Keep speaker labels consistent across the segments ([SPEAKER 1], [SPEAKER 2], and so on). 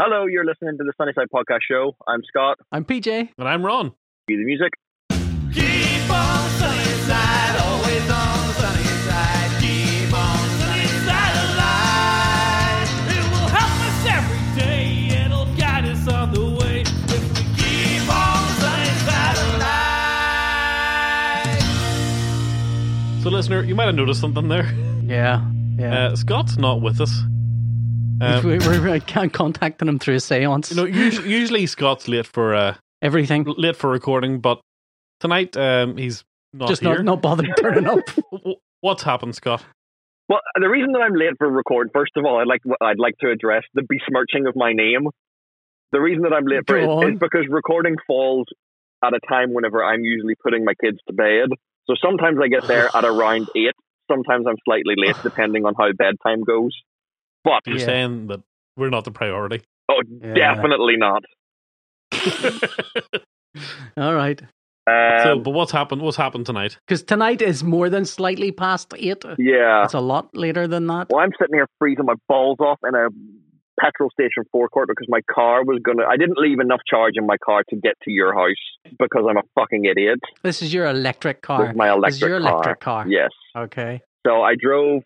[SPEAKER 1] Hello, you're listening to the Sunnyside Podcast Show. I'm Scott.
[SPEAKER 2] I'm PJ.
[SPEAKER 3] And I'm Ron.
[SPEAKER 1] Cue the music.
[SPEAKER 4] Keep on sunny side, always on the sunny side. Keep on sunny side alive. It will help us every day. It'll guide us on the way. If we keep on sunny side alive.
[SPEAKER 3] So, listener, you might have noticed something there.
[SPEAKER 2] Yeah, yeah.
[SPEAKER 3] Uh, Scott's not with us. Uh,
[SPEAKER 2] we, we're, we're can't contacting him through a séance.
[SPEAKER 3] you know, usually, usually Scott's late for uh,
[SPEAKER 2] Everything.
[SPEAKER 3] late for recording, but tonight um, he's not
[SPEAKER 2] Just
[SPEAKER 3] here.
[SPEAKER 2] not, not bothering turning up.
[SPEAKER 3] W- w- What's happened, Scott?
[SPEAKER 1] Well, the reason that I'm late for record, first of all, I'd like I'd like to address the besmirching of my name. The reason that I'm late for
[SPEAKER 2] Go
[SPEAKER 1] it
[SPEAKER 2] on.
[SPEAKER 1] is because recording falls at a time whenever I'm usually putting my kids to bed. So sometimes I get there at around eight. Sometimes I'm slightly late, depending on how bedtime goes. But
[SPEAKER 3] You're
[SPEAKER 2] Yeah.
[SPEAKER 3] saying that we're not the priority.
[SPEAKER 1] oh,
[SPEAKER 2] Yeah.
[SPEAKER 1] definitely not.
[SPEAKER 2] All right.
[SPEAKER 3] so,
[SPEAKER 1] Um,
[SPEAKER 3] but what's happened? What's happened tonight?
[SPEAKER 2] Because tonight is more than slightly past eight.
[SPEAKER 1] yeah.
[SPEAKER 2] It's a lot later than that.
[SPEAKER 1] Well, I'm sitting here freezing my balls off in a petrol station forecourt because my car was gonna. I didn't leave enough charge in my car to get to your house because I'm a fucking idiot
[SPEAKER 2] This is your electric car.
[SPEAKER 1] with my
[SPEAKER 2] This is
[SPEAKER 1] electric,
[SPEAKER 2] your electric car.
[SPEAKER 1] Yes.
[SPEAKER 2] Okay.
[SPEAKER 1] So I drove.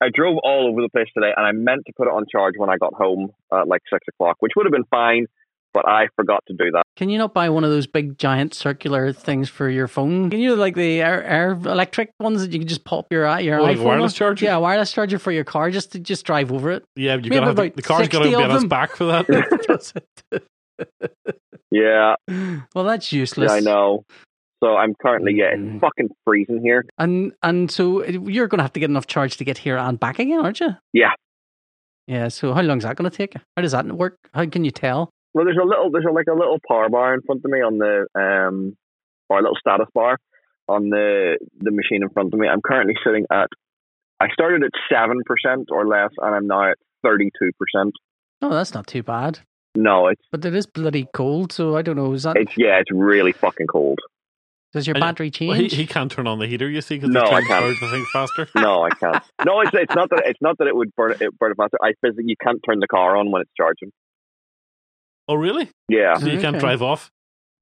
[SPEAKER 1] I drove all over the place today, and I meant to put it on charge when I got home at like six o'clock, which would have been fine, but I forgot to do that.
[SPEAKER 2] Can you not buy one of those big giant circular things for your phone? Can you like the air, air electric ones that you can just pop your i- your
[SPEAKER 3] Oh, like
[SPEAKER 2] iPhone
[SPEAKER 3] wireless
[SPEAKER 2] on?
[SPEAKER 3] charger?
[SPEAKER 2] Yeah, wireless charger for your car. Just to just drive over it.
[SPEAKER 3] Yeah, you
[SPEAKER 2] We
[SPEAKER 3] gotta
[SPEAKER 2] have
[SPEAKER 3] have the,
[SPEAKER 2] about
[SPEAKER 3] the car's got to
[SPEAKER 2] 60
[SPEAKER 3] be
[SPEAKER 2] of
[SPEAKER 3] on its
[SPEAKER 2] them.
[SPEAKER 3] back for that.
[SPEAKER 1] Yeah,
[SPEAKER 2] well, that's useless.
[SPEAKER 1] yeah, I know. So I'm currently getting
[SPEAKER 2] Mm.
[SPEAKER 1] fucking freezing here.
[SPEAKER 2] And and so uh, you're going to have to get enough charge to get here and back again, aren't you?
[SPEAKER 1] Yeah.
[SPEAKER 2] Yeah. So how long's that going to take? you? How does that work? How can you tell?
[SPEAKER 1] Well, there's a little, there's a, like a little power bar in front of me on the, um, or a little status bar on the the machine in front of me. I'm currently sitting at, I started at seven percent or less, and I'm now at thirty two percent.
[SPEAKER 2] No, that's not too bad.
[SPEAKER 1] No, it's
[SPEAKER 2] But it is bloody cold, so I don't know. Is that
[SPEAKER 1] it's yeah, it's really fucking cold.
[SPEAKER 2] does your
[SPEAKER 3] And-
[SPEAKER 2] battery
[SPEAKER 3] well, he,
[SPEAKER 2] change?
[SPEAKER 3] he can't turn on the heater, you see, because
[SPEAKER 1] No,
[SPEAKER 3] he's
[SPEAKER 1] I
[SPEAKER 3] trying to
[SPEAKER 1] can't.
[SPEAKER 3] charge the thing faster.
[SPEAKER 1] No, I can't. no, it's it's not that it's not that it would burn it burn it faster. I physically you can't turn the car on when it's charging.
[SPEAKER 3] Oh, really?
[SPEAKER 1] Yeah,
[SPEAKER 3] So you can't
[SPEAKER 2] Okay.
[SPEAKER 3] drive off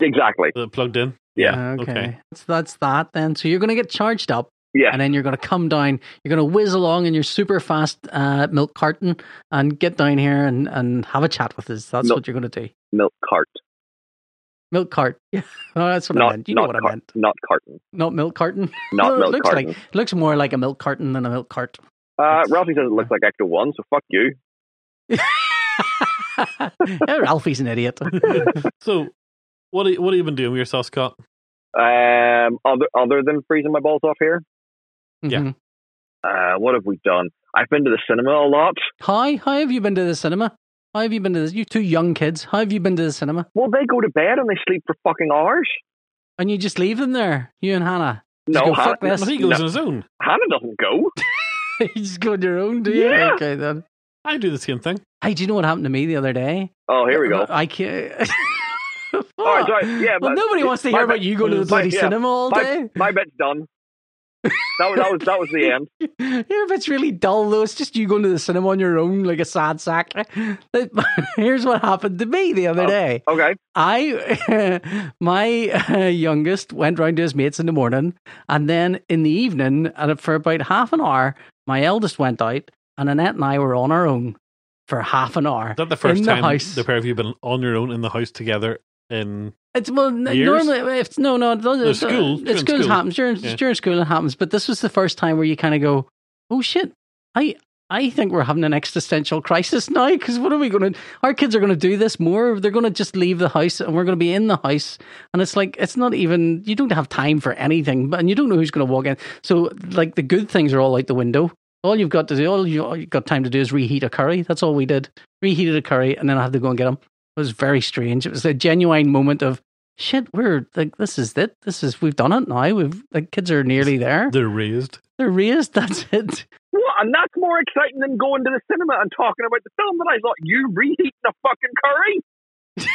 [SPEAKER 1] exactly.
[SPEAKER 3] with it plugged in?
[SPEAKER 1] yeah,
[SPEAKER 2] Ah, okay.
[SPEAKER 3] okay.
[SPEAKER 2] So that's that then. So you're going to get charged up,
[SPEAKER 1] Yeah.
[SPEAKER 2] and then you're going to come down. You're going to whiz along in your super fast uh, milk carton and get down here and, and have a chat with us. That's
[SPEAKER 1] Milk-
[SPEAKER 2] what you're going to do.
[SPEAKER 1] Milk cart,
[SPEAKER 2] Milk cart. Yeah, no, that's what I
[SPEAKER 1] not
[SPEAKER 2] meant. You know
[SPEAKER 1] not
[SPEAKER 2] what
[SPEAKER 1] cart,
[SPEAKER 2] I meant.
[SPEAKER 1] not carton,
[SPEAKER 2] Not milk carton.
[SPEAKER 1] not
[SPEAKER 2] Well, it
[SPEAKER 1] milk
[SPEAKER 2] looks
[SPEAKER 1] carton.
[SPEAKER 2] like looks more like a milk carton than a milk cart.
[SPEAKER 1] uh, Ralphie says it looks like Ecto One, so fuck you.
[SPEAKER 2] Yeah, Ralphie's Oh, an idiot.
[SPEAKER 3] So, what are, you- what have you been doing with yourself, Scott?
[SPEAKER 1] Um, other other than freezing my balls off here,
[SPEAKER 3] Yeah.
[SPEAKER 2] Mhm.
[SPEAKER 1] uh, what have we done? I've been to the cinema a lot.
[SPEAKER 2] Hi, how have you been to the cinema? How have you been to this? You two young kids. How have you been to the cinema?
[SPEAKER 1] Well, they go to bed and they sleep for fucking hours.
[SPEAKER 2] And you just leave them there, you and Hannah. Just
[SPEAKER 1] No,
[SPEAKER 2] go,
[SPEAKER 1] Hannah,
[SPEAKER 2] fuck this.
[SPEAKER 3] Well, he goes
[SPEAKER 1] no.
[SPEAKER 3] on his own.
[SPEAKER 1] Hannah doesn't go.
[SPEAKER 2] you just go on your own, do you?
[SPEAKER 1] Yeah.
[SPEAKER 2] Okay then.
[SPEAKER 3] I do the same thing.
[SPEAKER 2] Hey, do you know what happened to me the other day?
[SPEAKER 1] Oh, here we go.
[SPEAKER 2] I can't.
[SPEAKER 1] All right, sorry. Yeah,
[SPEAKER 2] well,
[SPEAKER 1] but-
[SPEAKER 2] nobody wants to hear
[SPEAKER 1] my-
[SPEAKER 2] about you going to the
[SPEAKER 1] my-
[SPEAKER 2] bloody
[SPEAKER 1] yeah,
[SPEAKER 2] cinema all
[SPEAKER 1] My,
[SPEAKER 2] day.
[SPEAKER 1] my bet's done. That was that was that was the end.
[SPEAKER 2] Your bit's really dull though. It's just you going to the cinema on your own like a sad sack. Here's what happened to me the other
[SPEAKER 1] Oh.
[SPEAKER 2] day.
[SPEAKER 1] Okay.
[SPEAKER 2] I, my uh, youngest went round to his mates in the morning, and then in the evening, and for about half an hour, my eldest went out, and Annette and I were on our own for half an hour.
[SPEAKER 3] Is that the first
[SPEAKER 2] in
[SPEAKER 3] time
[SPEAKER 2] the house?
[SPEAKER 3] pair of you have been on your own in the house together? In
[SPEAKER 2] It's well, n-
[SPEAKER 3] Years?
[SPEAKER 2] normally if no, no, those,
[SPEAKER 3] No, school,
[SPEAKER 2] It's
[SPEAKER 3] during
[SPEAKER 2] school,
[SPEAKER 3] school.
[SPEAKER 2] happens during,
[SPEAKER 3] Yeah.
[SPEAKER 2] during school. It happens, but this was the first time where you kind of go, "Oh shit, I." I think we're having an existential crisis now because what are we going to? Our kids are going to do this more. They're going to just leave the house and we're going to be in the house. And it's like, it's not even, you don't have time for anything, but and you don't know who's going to walk in. So, like, the good things are all out the window. All you've got to do, all, you, all you've got time to do is reheat a curry. That's all we did. Reheated a curry and then I had to go and get them. It was very strange. It was a genuine moment of, shit, we're like, this is it. This is, we've done it now. We've, the kids are nearly there.
[SPEAKER 3] they're raised.
[SPEAKER 2] They're raised. That's it.
[SPEAKER 1] What? And that's more exciting than going to the cinema and talking about the film that I thought you reheating a fucking curry.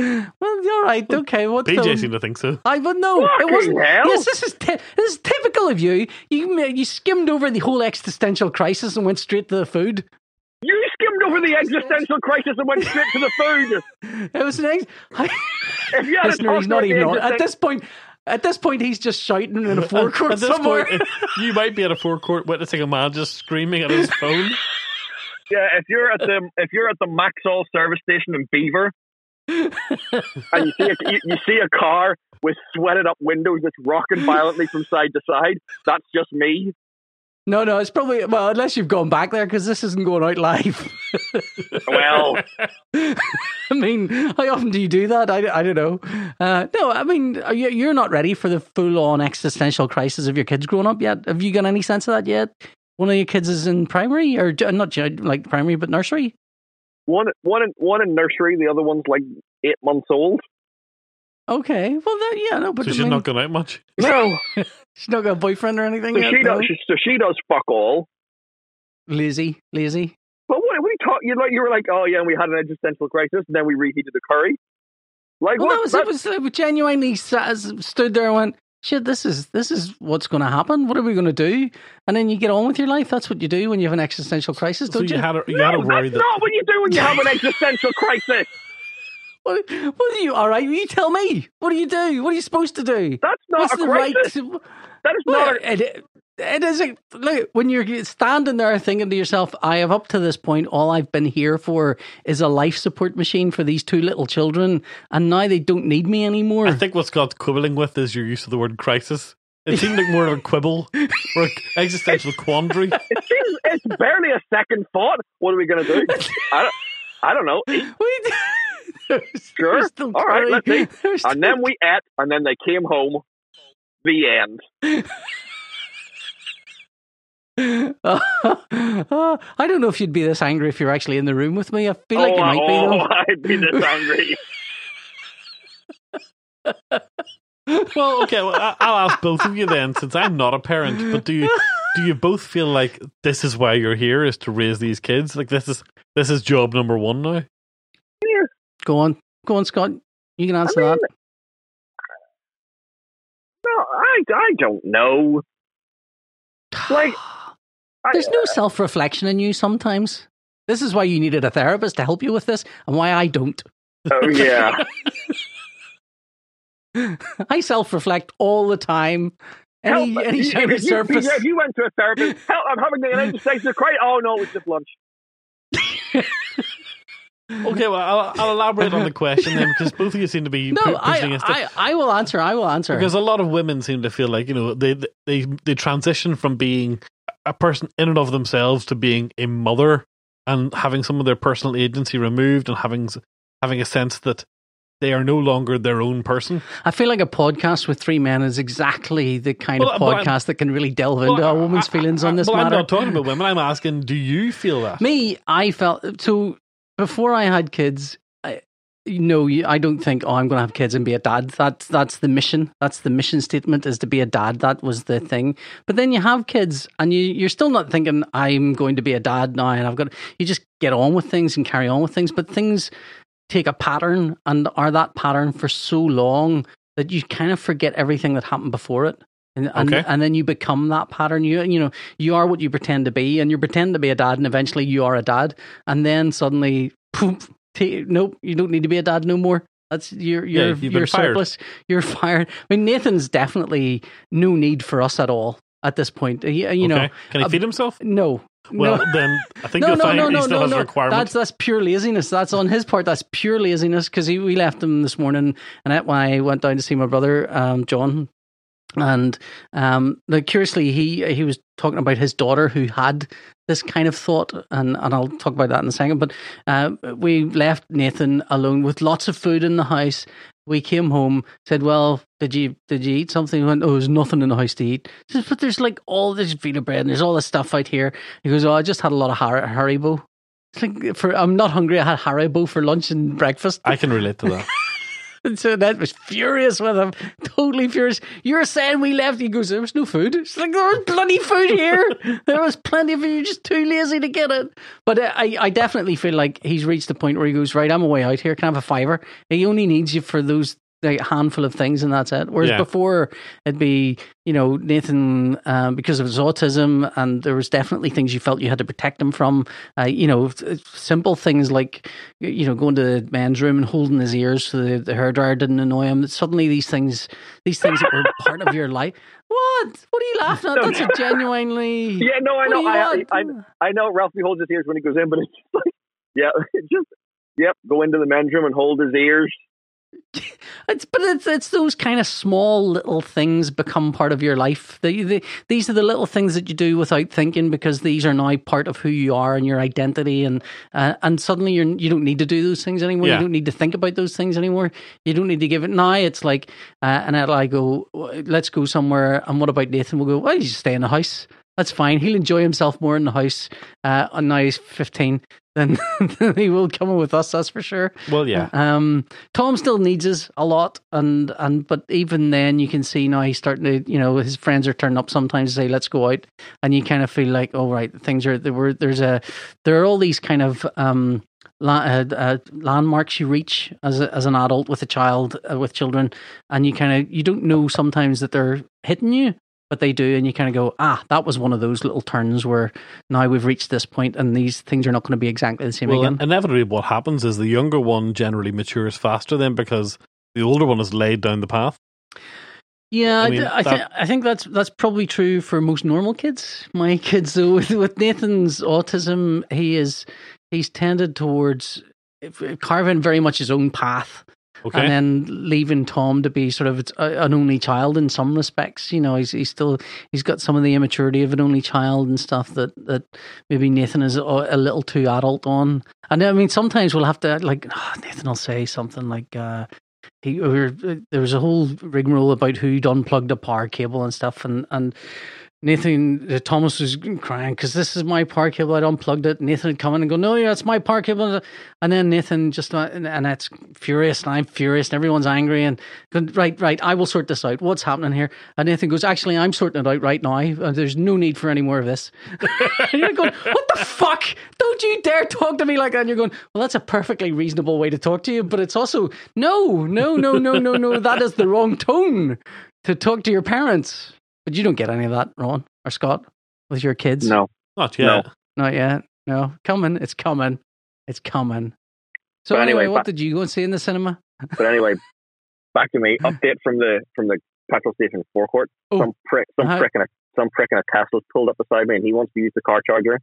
[SPEAKER 2] Well, all right, okay. What
[SPEAKER 3] BJ
[SPEAKER 2] film?
[SPEAKER 3] seemed to think so.
[SPEAKER 2] I but no,
[SPEAKER 1] Fucking
[SPEAKER 2] it wasn't.
[SPEAKER 1] hell.
[SPEAKER 2] Yes, this is ty- this is typical of you. You ma- you skimmed over the whole existential crisis and went straight to the food.
[SPEAKER 1] You skimmed over the existential crisis and went straight to the food.
[SPEAKER 2] It was an ex-
[SPEAKER 1] If you had a
[SPEAKER 2] listener.
[SPEAKER 1] talk
[SPEAKER 2] He's not
[SPEAKER 1] about
[SPEAKER 2] even
[SPEAKER 1] the
[SPEAKER 2] on. At
[SPEAKER 1] existen-
[SPEAKER 2] this point, at this point, he's just shouting in a forecourt
[SPEAKER 3] At this
[SPEAKER 2] somewhere.
[SPEAKER 3] point, if- you might be at a forecourt witnessing a man just screaming at his phone.
[SPEAKER 1] Yeah, if you're at the if you're at the Maxall service station in Beaver, and you see a, you, you see a car with sweated up windows that's rocking violently from side to side, that's just me.
[SPEAKER 2] no, no, it's probably well, unless you've gone back there because this isn't going out live.
[SPEAKER 1] Well,
[SPEAKER 2] I mean, how often do you do that? I, I don't know. Uh, no, I mean, are you, you're not ready for the full on existential crisis of your kids growing up yet. Have you got any sense of that yet? One of your kids is in primary, or ju- not ju- like primary, but nursery.
[SPEAKER 1] one one in, one in nursery, the other one's like eight months old.
[SPEAKER 2] Okay, well, that, yeah, no, but
[SPEAKER 3] so
[SPEAKER 2] I
[SPEAKER 3] she's
[SPEAKER 2] mean,
[SPEAKER 3] not gone out much.
[SPEAKER 1] No,
[SPEAKER 2] she's not got a boyfriend or anything.
[SPEAKER 1] so
[SPEAKER 2] yet,
[SPEAKER 1] she
[SPEAKER 2] no?
[SPEAKER 1] does. So she does fuck all.
[SPEAKER 2] lazy, lazy.
[SPEAKER 1] But what, what are you talking? You like you were like, oh yeah, we had an existential crisis, and then we reheated the curry. Like
[SPEAKER 2] Well,
[SPEAKER 1] what?
[SPEAKER 2] that was,
[SPEAKER 1] That-
[SPEAKER 2] it was it genuinely sa- stood there and went, shit, this is this is what's going to happen. What are we going to do? And then you get on with your life. That's what you do when you have an existential crisis,
[SPEAKER 3] So
[SPEAKER 2] don't
[SPEAKER 3] you
[SPEAKER 2] you?
[SPEAKER 3] had a, you
[SPEAKER 1] no,
[SPEAKER 3] had a worry
[SPEAKER 1] that's
[SPEAKER 3] that
[SPEAKER 1] not what you do when you have an existential crisis.
[SPEAKER 2] What, what are you? All right, you tell me. What do you do? What are you supposed to do?
[SPEAKER 1] That's not
[SPEAKER 2] What's
[SPEAKER 1] a
[SPEAKER 2] the
[SPEAKER 1] crisis.
[SPEAKER 2] right? to-
[SPEAKER 1] That is
[SPEAKER 2] Well,
[SPEAKER 1] not. A,
[SPEAKER 2] it, it is a, look when you're standing there thinking to yourself, I have up to this point all I've been here for is a life support machine for these two little children, and now they don't need me anymore.
[SPEAKER 3] I think what Scott's quibbling with is your use of the word crisis. It seemed like more of a quibble or an existential quandary.
[SPEAKER 1] it seems it's barely a second thought. What are we going to do? I don't. I don't know. Eat,
[SPEAKER 2] We did.
[SPEAKER 1] Sure. All right, let's eat. And then we ate, and then they came home. The end.
[SPEAKER 2] Uh, I don't know if you'd be this angry if you're actually in the room with me. I feel like
[SPEAKER 1] oh,
[SPEAKER 2] you might be.
[SPEAKER 1] oh,
[SPEAKER 2] Though.
[SPEAKER 1] I'd be this angry.
[SPEAKER 3] Well, okay, well, I- I'll ask both of you then, since I'm not a parent. But do you do you both feel like this is why you're here is to raise these kids? Like this is this is job number one now.
[SPEAKER 2] Go on, go on, Scott. You can answer
[SPEAKER 1] mean,
[SPEAKER 2] that.
[SPEAKER 1] No, I, I don't know. Like, I,
[SPEAKER 2] There's no self reflection in you sometimes. This is why you needed a therapist to help you with this, and why I don't.
[SPEAKER 1] oh, yeah.
[SPEAKER 2] I self reflect all the time. Any
[SPEAKER 1] Help-
[SPEAKER 2] any
[SPEAKER 1] if
[SPEAKER 2] shiny
[SPEAKER 1] you,
[SPEAKER 2] surface.
[SPEAKER 1] If you went to a therapist, help, I'm having an existential crisis. Oh, no, it's just lunch.
[SPEAKER 3] Okay, well, I'll, I'll elaborate on the question then, because both of you seem to be
[SPEAKER 2] no,
[SPEAKER 3] pu- pushing
[SPEAKER 2] I,
[SPEAKER 3] us to-
[SPEAKER 2] I I will answer. I will answer.
[SPEAKER 3] Because a lot of women seem to feel like you know they they they transition from being a person in and of themselves to being a mother and having some of their personal agency removed and having s- having a sense that they are no longer their own person.
[SPEAKER 2] I feel like a podcast with three men is exactly the kind
[SPEAKER 3] Well,
[SPEAKER 2] of
[SPEAKER 3] uh, but I'm-
[SPEAKER 2] podcast that can really delve into a woman's
[SPEAKER 3] I- I-
[SPEAKER 2] feelings on this
[SPEAKER 3] Uh, well,
[SPEAKER 2] matter.
[SPEAKER 3] I'm not talking about women. I'm asking, do you feel that?
[SPEAKER 2] Me, I felt so before I had kids. I, you know, you- I don't think oh, I'm going to have kids and be a dad. That's that's the mission. That's the mission statement is to be a dad. That was the thing. But then you have kids, and you you're still not thinking I'm going to be a dad now, and I've got. You just get on with things and carry on with things, but things take a pattern and are that pattern for so long that you kind of forget everything that happened before it. And, and,
[SPEAKER 3] Okay.
[SPEAKER 2] and then you become that pattern. You you know you are what you pretend to be, and you pretend to be a dad, and eventually you are a dad, and then suddenly, poof, t- nope, you don't need to be a dad no more. That's you're
[SPEAKER 3] Yeah,
[SPEAKER 2] you're
[SPEAKER 3] you've been
[SPEAKER 2] you're
[SPEAKER 3] fired.
[SPEAKER 2] surplus. You're fired. I mean, Nathan's definitely no need for us at all at this point. He, you know,
[SPEAKER 3] Okay. can he
[SPEAKER 2] uh,
[SPEAKER 3] feed himself?
[SPEAKER 2] no,
[SPEAKER 3] Well,
[SPEAKER 2] no
[SPEAKER 3] then I think you'll find he still has a requirement.
[SPEAKER 2] that's that's pure laziness. That's on his part. That's pure laziness because we left him this morning, and that why I went down to see my brother, um, John, and um, like curiously, he he was talking about his daughter who had this kind of thought, and, and I'll talk about that in a second. But uh, we left Nathan alone with lots of food in the house. We came home, said, "Well, did you did you eat something?" He went, "Oh, there's nothing in the house to eat." He says, "But there's like all this Vita bread and there's all this stuff out here." He goes, "Oh, I just had a lot of Har- Haribo." It's like for I'm not hungry. I had Haribo for lunch and breakfast.
[SPEAKER 3] I can relate to that.
[SPEAKER 2] And so that was furious with him, totally furious. You're saying we left. He goes, there was no food. It's like there was bloody food here. there was plenty of it. You're just too lazy to get it. But uh, I, I definitely feel like he's reached the point where he goes, right, I'm away out here. Can I have a fiver? He only needs you for those like a handful of things and that's it. Whereas
[SPEAKER 3] Yeah.
[SPEAKER 2] before it'd be, you know, Nathan, um, because of his autism and there was definitely things you felt you had to protect him from, uh, you know, f- simple things like, you know, going to the men's room and holding his ears so the, the hairdryer didn't annoy him. Suddenly these things, these things that were part of your life. What? What are you laughing at? That's a genuinely...
[SPEAKER 1] Yeah, no, I
[SPEAKER 2] What
[SPEAKER 1] know.
[SPEAKER 2] do you
[SPEAKER 1] I,
[SPEAKER 2] want?
[SPEAKER 1] I, I know Ralphie holds his ears when he goes in, but it's just like, yeah, it just, yep, go into the men's room and hold his ears.
[SPEAKER 2] It's but it's it's those kind of small little things become part of your life. The, the, these are the little things that you do without thinking because these are now part of who you are and your identity. And uh, and suddenly you're you don't need to do those things anymore.
[SPEAKER 3] Yeah.
[SPEAKER 2] You don't need to think about those things anymore. You don't need to give it now. It's like uh, and I go, let's go somewhere. And what about Nathan? We'll go. Well, you just stay in the house. That's fine. He'll enjoy himself more in the house. Uh, and now he's fifteen. Then than he will come with us. That's for sure.
[SPEAKER 3] Well, yeah.
[SPEAKER 2] Um, Tom still needs us a lot, and and but even then, you can see now he's starting to, you know, his friends are turning up sometimes to say, "Let's go out," and you kind of feel like, "All right, things are there." Were there's a there are all these kind of um la- uh, uh, landmarks you reach as a, as an adult with a child uh, with children, and you kind of you don't know sometimes that they're hitting you. But they do, and you kind of go, ah, that was one of those little turns where now we've reached this point, and these things are not going to be exactly the same
[SPEAKER 3] Well,
[SPEAKER 2] again.
[SPEAKER 3] inevitably, what happens is the younger one generally matures faster then because the older one has laid down the path.
[SPEAKER 2] Yeah,
[SPEAKER 3] I
[SPEAKER 2] I,
[SPEAKER 3] mean,
[SPEAKER 2] th- I, thi-
[SPEAKER 3] that-
[SPEAKER 2] I think that's that's probably true for most normal kids. My kids, though, with, with Nathan's autism, he is he's tended towards carving very much his own path,
[SPEAKER 3] Okay.
[SPEAKER 2] and then leaving Tom to be sort of its- a- an only child in some respects. You know, he's he's still he's got some of the immaturity of an only child and stuff that that maybe Nathan is a, a little too adult on. And I mean, sometimes we'll have to like Nathan will say something like. uh he or, uh, there was a whole rigmarole about who'd unplugged a power cable and stuff, and and Nathan uh, Thomas was crying because this is my power cable. I'd unplugged it. Nathan had come in and go, "No, yeah, it's my power cable." And then Nathan just uh, and, and it's furious, and I'm furious, and everyone's angry. And go, right, right, I will sort this out. What's happening here? And Nathan goes, "Actually, I'm sorting it out right now. Uh, there's no need for any more of this." and you're going, "What the fuck? Don't you dare talk to me like that!" And you're going, "Well, that's a perfectly reasonable way to talk to you, but it's also no, no, no, no, no, no. That is the wrong tone to talk to your parents." But you don't get any of that, Ron or Scott, with your kids.
[SPEAKER 1] No,
[SPEAKER 3] Not yet.
[SPEAKER 1] No.
[SPEAKER 2] Not yet. No. Coming. It's coming. It's coming. So
[SPEAKER 1] But
[SPEAKER 2] anyway,
[SPEAKER 1] anyway,
[SPEAKER 2] what
[SPEAKER 1] but-
[SPEAKER 2] did you go and see in the cinema?
[SPEAKER 1] but anyway, back to me. Update from the from the petrol station forecourt.
[SPEAKER 2] Oh.
[SPEAKER 1] Some prick, some
[SPEAKER 2] Uh-huh.
[SPEAKER 1] prick, in a some prick in a Tesla's pulled up beside me, and he wants to use the car charger.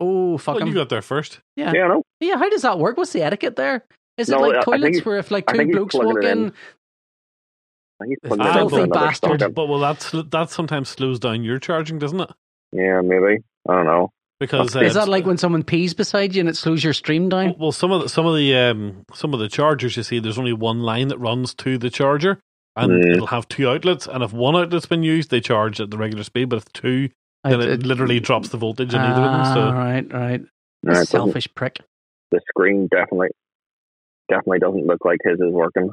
[SPEAKER 2] Oh fuck
[SPEAKER 3] Well,
[SPEAKER 2] 'em.
[SPEAKER 3] you got there first.
[SPEAKER 2] Yeah.
[SPEAKER 1] Yeah, no,
[SPEAKER 2] yeah, how does that work? What's the etiquette there? Is it
[SPEAKER 1] No, I- I
[SPEAKER 2] like
[SPEAKER 1] think
[SPEAKER 2] toilets
[SPEAKER 1] he's-
[SPEAKER 2] where if like
[SPEAKER 1] I
[SPEAKER 2] two
[SPEAKER 1] think he's
[SPEAKER 2] blokes
[SPEAKER 1] plugging
[SPEAKER 2] walk
[SPEAKER 1] it in.
[SPEAKER 2] in,
[SPEAKER 1] he's plugging it
[SPEAKER 3] Filthy
[SPEAKER 1] in for another
[SPEAKER 2] bastard.
[SPEAKER 1] socket.
[SPEAKER 3] But well, that's that sometimes slows down your charging, doesn't it?
[SPEAKER 1] Yeah, maybe. I don't know.
[SPEAKER 3] Because uh,
[SPEAKER 2] is that
[SPEAKER 3] it's-
[SPEAKER 2] like when someone pees beside you and it slows your stream down?
[SPEAKER 3] Well, some of the, some of the um, some of the chargers you see, there's only one line that runs to the charger, and
[SPEAKER 1] Mm.
[SPEAKER 3] it'll have two outlets. And if one outlet's been used, they charge at the regular speed. But if two, then it, literally drops the voltage in either of them.
[SPEAKER 2] Ah,
[SPEAKER 3] So
[SPEAKER 2] right, right.
[SPEAKER 1] No, it doesn't-
[SPEAKER 2] Selfish prick.
[SPEAKER 1] The screen definitely definitely doesn't look like his is working.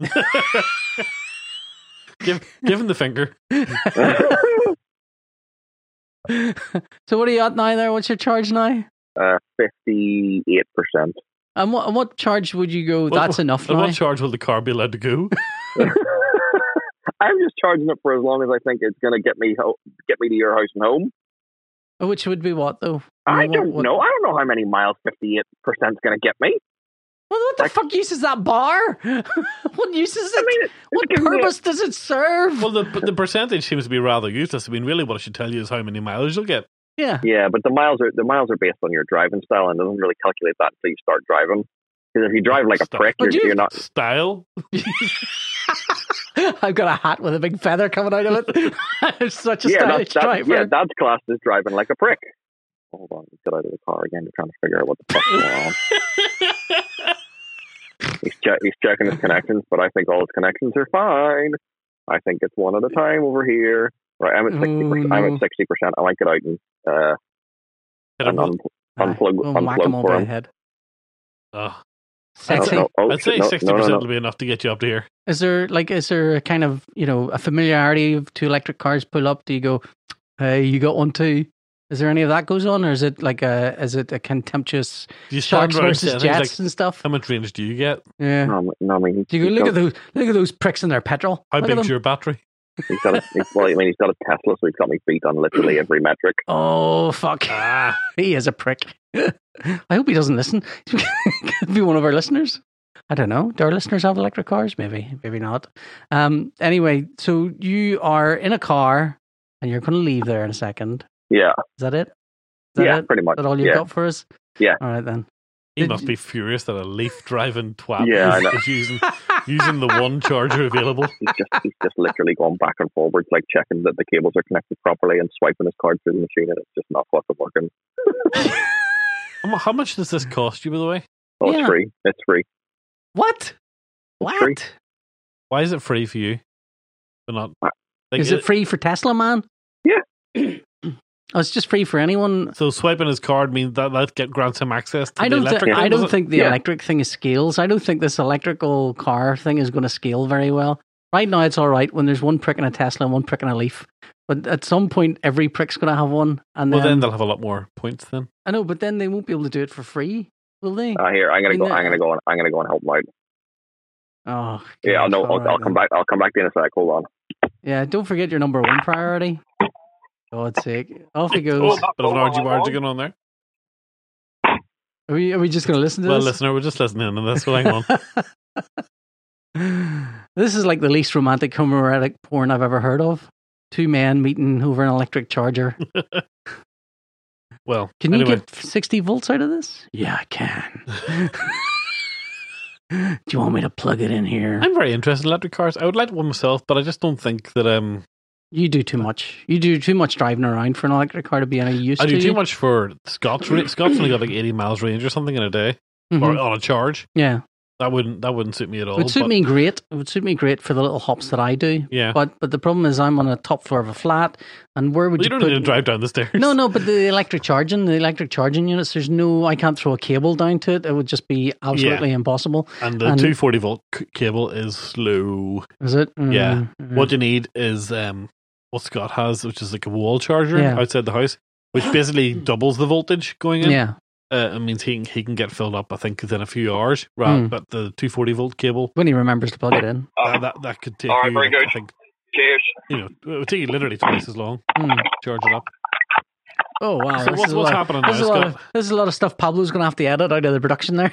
[SPEAKER 2] Ah.
[SPEAKER 3] give give him the finger.
[SPEAKER 2] so what are you at now there? What's your charge now?
[SPEAKER 1] Fifty eight percent.
[SPEAKER 2] And what and what charge would you go?
[SPEAKER 3] What-
[SPEAKER 2] That's enough
[SPEAKER 3] At
[SPEAKER 2] now.
[SPEAKER 3] what charge will the car be allowed to go?
[SPEAKER 1] I'm just charging it for as long as I think it's going to get me ho- get me to your house and home.
[SPEAKER 2] Uh, Which would be what though?
[SPEAKER 1] I
[SPEAKER 2] What-
[SPEAKER 1] don't
[SPEAKER 2] what-
[SPEAKER 1] know. I don't know how many miles fifty eight percent is going to get me.
[SPEAKER 2] Well, what the
[SPEAKER 1] Like-
[SPEAKER 2] fuck use is that bar? what use is it?
[SPEAKER 1] I mean, it,
[SPEAKER 2] what
[SPEAKER 1] gives me a-
[SPEAKER 2] purpose does it serve?
[SPEAKER 3] Well, the the percentage seems to be rather useless. I mean, really, what it should tell you is how many miles you'll get.
[SPEAKER 2] yeah.
[SPEAKER 1] yeah, but the miles are the miles are based on your driving style, and it doesn't really calculate that until you start driving. Because if you drive like a
[SPEAKER 3] Stop.
[SPEAKER 1] prick, you're,
[SPEAKER 2] Would you-
[SPEAKER 1] you're not.
[SPEAKER 3] Style.
[SPEAKER 2] I've got a hat with a big feather coming out of it. I'm such a
[SPEAKER 1] yeah,
[SPEAKER 2] stylish
[SPEAKER 1] that's, that's,
[SPEAKER 2] driver.
[SPEAKER 1] yeah, that's classed as driving like a prick. Hold on, let's get out of the car again. We're trying to figure out what the fuck's going on. He's, che- he's checking his connections, but I think all his connections are fine. I think it's one at a time over here. Right, I'm at
[SPEAKER 2] Oh,
[SPEAKER 1] sixty. percent I'm
[SPEAKER 2] no.
[SPEAKER 1] at sixty percent. I might get out and uh, and
[SPEAKER 3] Hit him
[SPEAKER 1] un-
[SPEAKER 3] with-
[SPEAKER 2] Ah,
[SPEAKER 1] unplug
[SPEAKER 2] Aye,
[SPEAKER 1] unplug
[SPEAKER 2] whack 'em over
[SPEAKER 1] for
[SPEAKER 2] the
[SPEAKER 1] him.
[SPEAKER 2] head.
[SPEAKER 3] Ah,
[SPEAKER 1] I don't
[SPEAKER 2] Sexy.
[SPEAKER 1] know. Oh,
[SPEAKER 3] I'd
[SPEAKER 1] shit,
[SPEAKER 3] say
[SPEAKER 1] no,
[SPEAKER 3] sixty
[SPEAKER 1] no, no,
[SPEAKER 3] percent
[SPEAKER 1] no.
[SPEAKER 3] will be enough to get you up to here.
[SPEAKER 2] Is there like is there a kind of you know a familiarity of two electric cars pull up? Do you go, hey, you got one too? Is there any of that goes on, or is it like a is it a contemptuous
[SPEAKER 3] Do you stand
[SPEAKER 2] sharks
[SPEAKER 3] around
[SPEAKER 2] versus
[SPEAKER 3] saying things
[SPEAKER 2] jets
[SPEAKER 3] like,
[SPEAKER 2] and stuff?
[SPEAKER 3] how much range do you get?
[SPEAKER 2] Yeah.
[SPEAKER 1] No, Um, no, I mean,
[SPEAKER 2] Do you go
[SPEAKER 1] he's
[SPEAKER 2] look at
[SPEAKER 1] got-
[SPEAKER 2] those look at those pricks in their petrol?
[SPEAKER 3] How
[SPEAKER 2] Look at
[SPEAKER 3] big's
[SPEAKER 2] them.
[SPEAKER 3] your battery?
[SPEAKER 1] He's got a, he's, well, I mean, he's got a Tesla, so he's got me beat on literally every metric.
[SPEAKER 2] Oh fuck!
[SPEAKER 3] Ah,
[SPEAKER 2] He is a prick. I hope he doesn't listen. Could be one of our listeners. I don't know. Do our listeners have electric cars? Maybe, maybe not. Um. Anyway, so you are in a car, and you're going to leave there in a second.
[SPEAKER 1] Yeah,
[SPEAKER 2] Is that it? Is that
[SPEAKER 1] yeah,
[SPEAKER 2] it?
[SPEAKER 1] pretty much.
[SPEAKER 2] Is that all you've
[SPEAKER 1] yeah,
[SPEAKER 2] got for us?
[SPEAKER 1] Yeah.
[SPEAKER 2] All right then.
[SPEAKER 3] he
[SPEAKER 2] Did
[SPEAKER 3] must
[SPEAKER 2] you-
[SPEAKER 3] be furious that a leaf driving twat
[SPEAKER 1] Yeah, I
[SPEAKER 3] is,
[SPEAKER 1] know.
[SPEAKER 3] is using using the one charger available.
[SPEAKER 1] he's just he's just literally going back and forwards, like checking that the cables are connected properly and swiping his card through the machine, and it's just not fucking working.
[SPEAKER 3] How mu- How much does this cost you, by the way?
[SPEAKER 1] Oh,
[SPEAKER 2] Yeah.
[SPEAKER 1] it's free. It's free.
[SPEAKER 2] What?
[SPEAKER 1] free.
[SPEAKER 2] What?
[SPEAKER 3] Why is it free for you? But not
[SPEAKER 1] Uh,
[SPEAKER 3] like,
[SPEAKER 2] Is it free for Tesla, man?
[SPEAKER 1] Yeah.
[SPEAKER 2] oh, it's just free for anyone.
[SPEAKER 3] So swiping his card means that that get grants him access. To
[SPEAKER 2] I
[SPEAKER 3] the
[SPEAKER 2] don't. Th-
[SPEAKER 3] electric
[SPEAKER 2] I
[SPEAKER 3] one, does
[SPEAKER 2] don't
[SPEAKER 3] it?
[SPEAKER 2] think the
[SPEAKER 1] Yeah.
[SPEAKER 2] electric thing is scales. I don't think this electrical car thing is going to scale very well. Right now, it's all right when there's one prick in a Tesla and one prick in a Leaf. But at some point, every prick's going to have one, and
[SPEAKER 3] Well,
[SPEAKER 2] then,
[SPEAKER 3] then they'll have a lot more points. Then
[SPEAKER 2] I know. But then they won't be able to do it for free, will they?
[SPEAKER 1] Uh, here, I'm gonna
[SPEAKER 2] In
[SPEAKER 1] go.
[SPEAKER 2] the-
[SPEAKER 1] I'm gonna go. And, I'm gonna go and help him out.
[SPEAKER 2] oh,
[SPEAKER 1] Yeah,
[SPEAKER 2] gosh,
[SPEAKER 1] no,
[SPEAKER 2] all
[SPEAKER 1] I'll,
[SPEAKER 2] right
[SPEAKER 1] I'll
[SPEAKER 2] then.
[SPEAKER 1] come back. I'll come back to you in a sec. Hold on.
[SPEAKER 2] Yeah, don't forget your number one priority. God's sake, off he goes.
[SPEAKER 3] bit
[SPEAKER 1] Oh,
[SPEAKER 3] of an argy bargy going on there.
[SPEAKER 2] Are we? Are we just going to listen to
[SPEAKER 3] Well,
[SPEAKER 2] this?
[SPEAKER 3] listener, we're just listening, and that's what I'm on.
[SPEAKER 2] this is like the least romantic homoerotic porn I've ever heard of. Two men meeting over an electric charger.
[SPEAKER 3] Well,
[SPEAKER 2] Can you
[SPEAKER 3] anyway,
[SPEAKER 2] get 60 volts out of this? Yeah, I can. Do you want me to plug it in here?
[SPEAKER 3] I'm very interested in electric cars. I would like one myself, but I just don't think that um
[SPEAKER 2] You do too much. You do too much driving around for an electric car to be any use
[SPEAKER 3] I
[SPEAKER 2] to
[SPEAKER 3] do
[SPEAKER 2] you.
[SPEAKER 3] too much for Scott's. Ra- Scott's only got like 80 miles range or something in a day,
[SPEAKER 2] Mhm.
[SPEAKER 3] or on a charge.
[SPEAKER 2] Yeah,
[SPEAKER 3] That wouldn't that wouldn't suit me at all.
[SPEAKER 2] it would suit
[SPEAKER 3] but-
[SPEAKER 2] me great. It would suit me great for the little hops that I do.
[SPEAKER 3] Yeah,
[SPEAKER 2] But but the problem is I'm on a top floor of a flat, and where would
[SPEAKER 3] Well, you
[SPEAKER 2] you,
[SPEAKER 3] don't
[SPEAKER 2] put
[SPEAKER 3] need to drive down the stairs.
[SPEAKER 2] No, no, but the electric charging, the electric charging units, there's no, I can't throw a cable down to it. It would just be absolutely impossible.
[SPEAKER 3] And the
[SPEAKER 2] And-
[SPEAKER 3] 240 volt c- cable is slow.
[SPEAKER 2] Is it?
[SPEAKER 3] Yeah.
[SPEAKER 2] Mm,
[SPEAKER 3] What you need is um, what Scott has, which is like a wall charger
[SPEAKER 2] Yeah.
[SPEAKER 3] outside the house, which basically doubles the voltage going in.
[SPEAKER 2] Yeah.
[SPEAKER 3] Uh, it means he can, he can get filled up, I think, within a few hours. Right,
[SPEAKER 2] Mm.
[SPEAKER 3] but the 240 volt cable
[SPEAKER 2] When he remembers to plug it in.
[SPEAKER 3] uh, that that could take
[SPEAKER 1] all right,
[SPEAKER 3] you,
[SPEAKER 1] very
[SPEAKER 3] like, I
[SPEAKER 1] good.
[SPEAKER 3] think,
[SPEAKER 1] Cheers.
[SPEAKER 3] you know, it would take you literally twice as long
[SPEAKER 2] Mm.
[SPEAKER 3] to charge it up.
[SPEAKER 2] Oh, wow.
[SPEAKER 3] So
[SPEAKER 2] this
[SPEAKER 3] what's,
[SPEAKER 2] is a
[SPEAKER 3] what's
[SPEAKER 2] lot-
[SPEAKER 3] happening now,
[SPEAKER 2] This is, a lot of,
[SPEAKER 3] Scott?
[SPEAKER 2] this is a lot of stuff Pablo's going to have to edit out of the production there.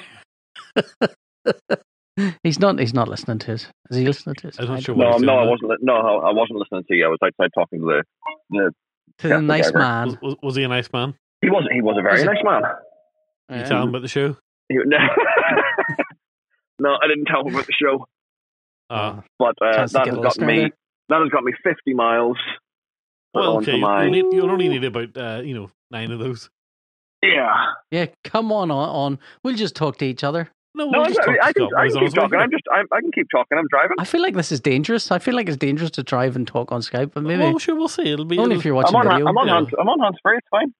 [SPEAKER 2] he's not. He's not listening to us. Is he listening to us?
[SPEAKER 3] I'm not sure
[SPEAKER 1] No,
[SPEAKER 3] what he's
[SPEAKER 1] no, I
[SPEAKER 3] doing.
[SPEAKER 1] wasn't. li- No, I wasn't listening to you. I was outside talking to the. the
[SPEAKER 2] To the
[SPEAKER 1] Yeah,
[SPEAKER 2] nice
[SPEAKER 1] whatever.
[SPEAKER 2] man.
[SPEAKER 3] Was, was, was he a nice man?
[SPEAKER 1] he wasn't. He was a very
[SPEAKER 2] Is it-
[SPEAKER 1] nice man.
[SPEAKER 3] You
[SPEAKER 2] Yeah.
[SPEAKER 3] tell him about the show?
[SPEAKER 1] He, no. no, I didn't tell him about the show,
[SPEAKER 3] Uh,
[SPEAKER 1] but uh,
[SPEAKER 2] Chance to
[SPEAKER 1] that
[SPEAKER 2] get
[SPEAKER 1] has
[SPEAKER 2] a
[SPEAKER 1] got
[SPEAKER 2] listener
[SPEAKER 1] me.
[SPEAKER 2] there.
[SPEAKER 1] That has got me fifty miles. Put
[SPEAKER 3] well,
[SPEAKER 1] onto
[SPEAKER 3] okay, you'll,
[SPEAKER 1] my-
[SPEAKER 3] need, you'll only need about, uh, you know, nine of those.
[SPEAKER 1] yeah.
[SPEAKER 2] Yeah, come on, on, on. We'll just talk to each other.
[SPEAKER 1] No,
[SPEAKER 3] we'll
[SPEAKER 1] I,
[SPEAKER 3] just talk to
[SPEAKER 1] I, I can, I
[SPEAKER 3] Scott, boys,
[SPEAKER 1] can keep
[SPEAKER 3] honestly.
[SPEAKER 1] talking. I'm just. I'm, I can keep talking. I'm driving.
[SPEAKER 2] I feel like this is dangerous. I feel like it's dangerous to drive and talk on Skype, but maybe
[SPEAKER 3] Well, sure, we'll see. It'll be
[SPEAKER 2] only
[SPEAKER 3] it'll-
[SPEAKER 2] if you're
[SPEAKER 1] I'm
[SPEAKER 2] watching
[SPEAKER 1] on.
[SPEAKER 2] video.
[SPEAKER 1] I'm on.
[SPEAKER 3] yeah.
[SPEAKER 1] Hands, I'm on hands free. It's fine.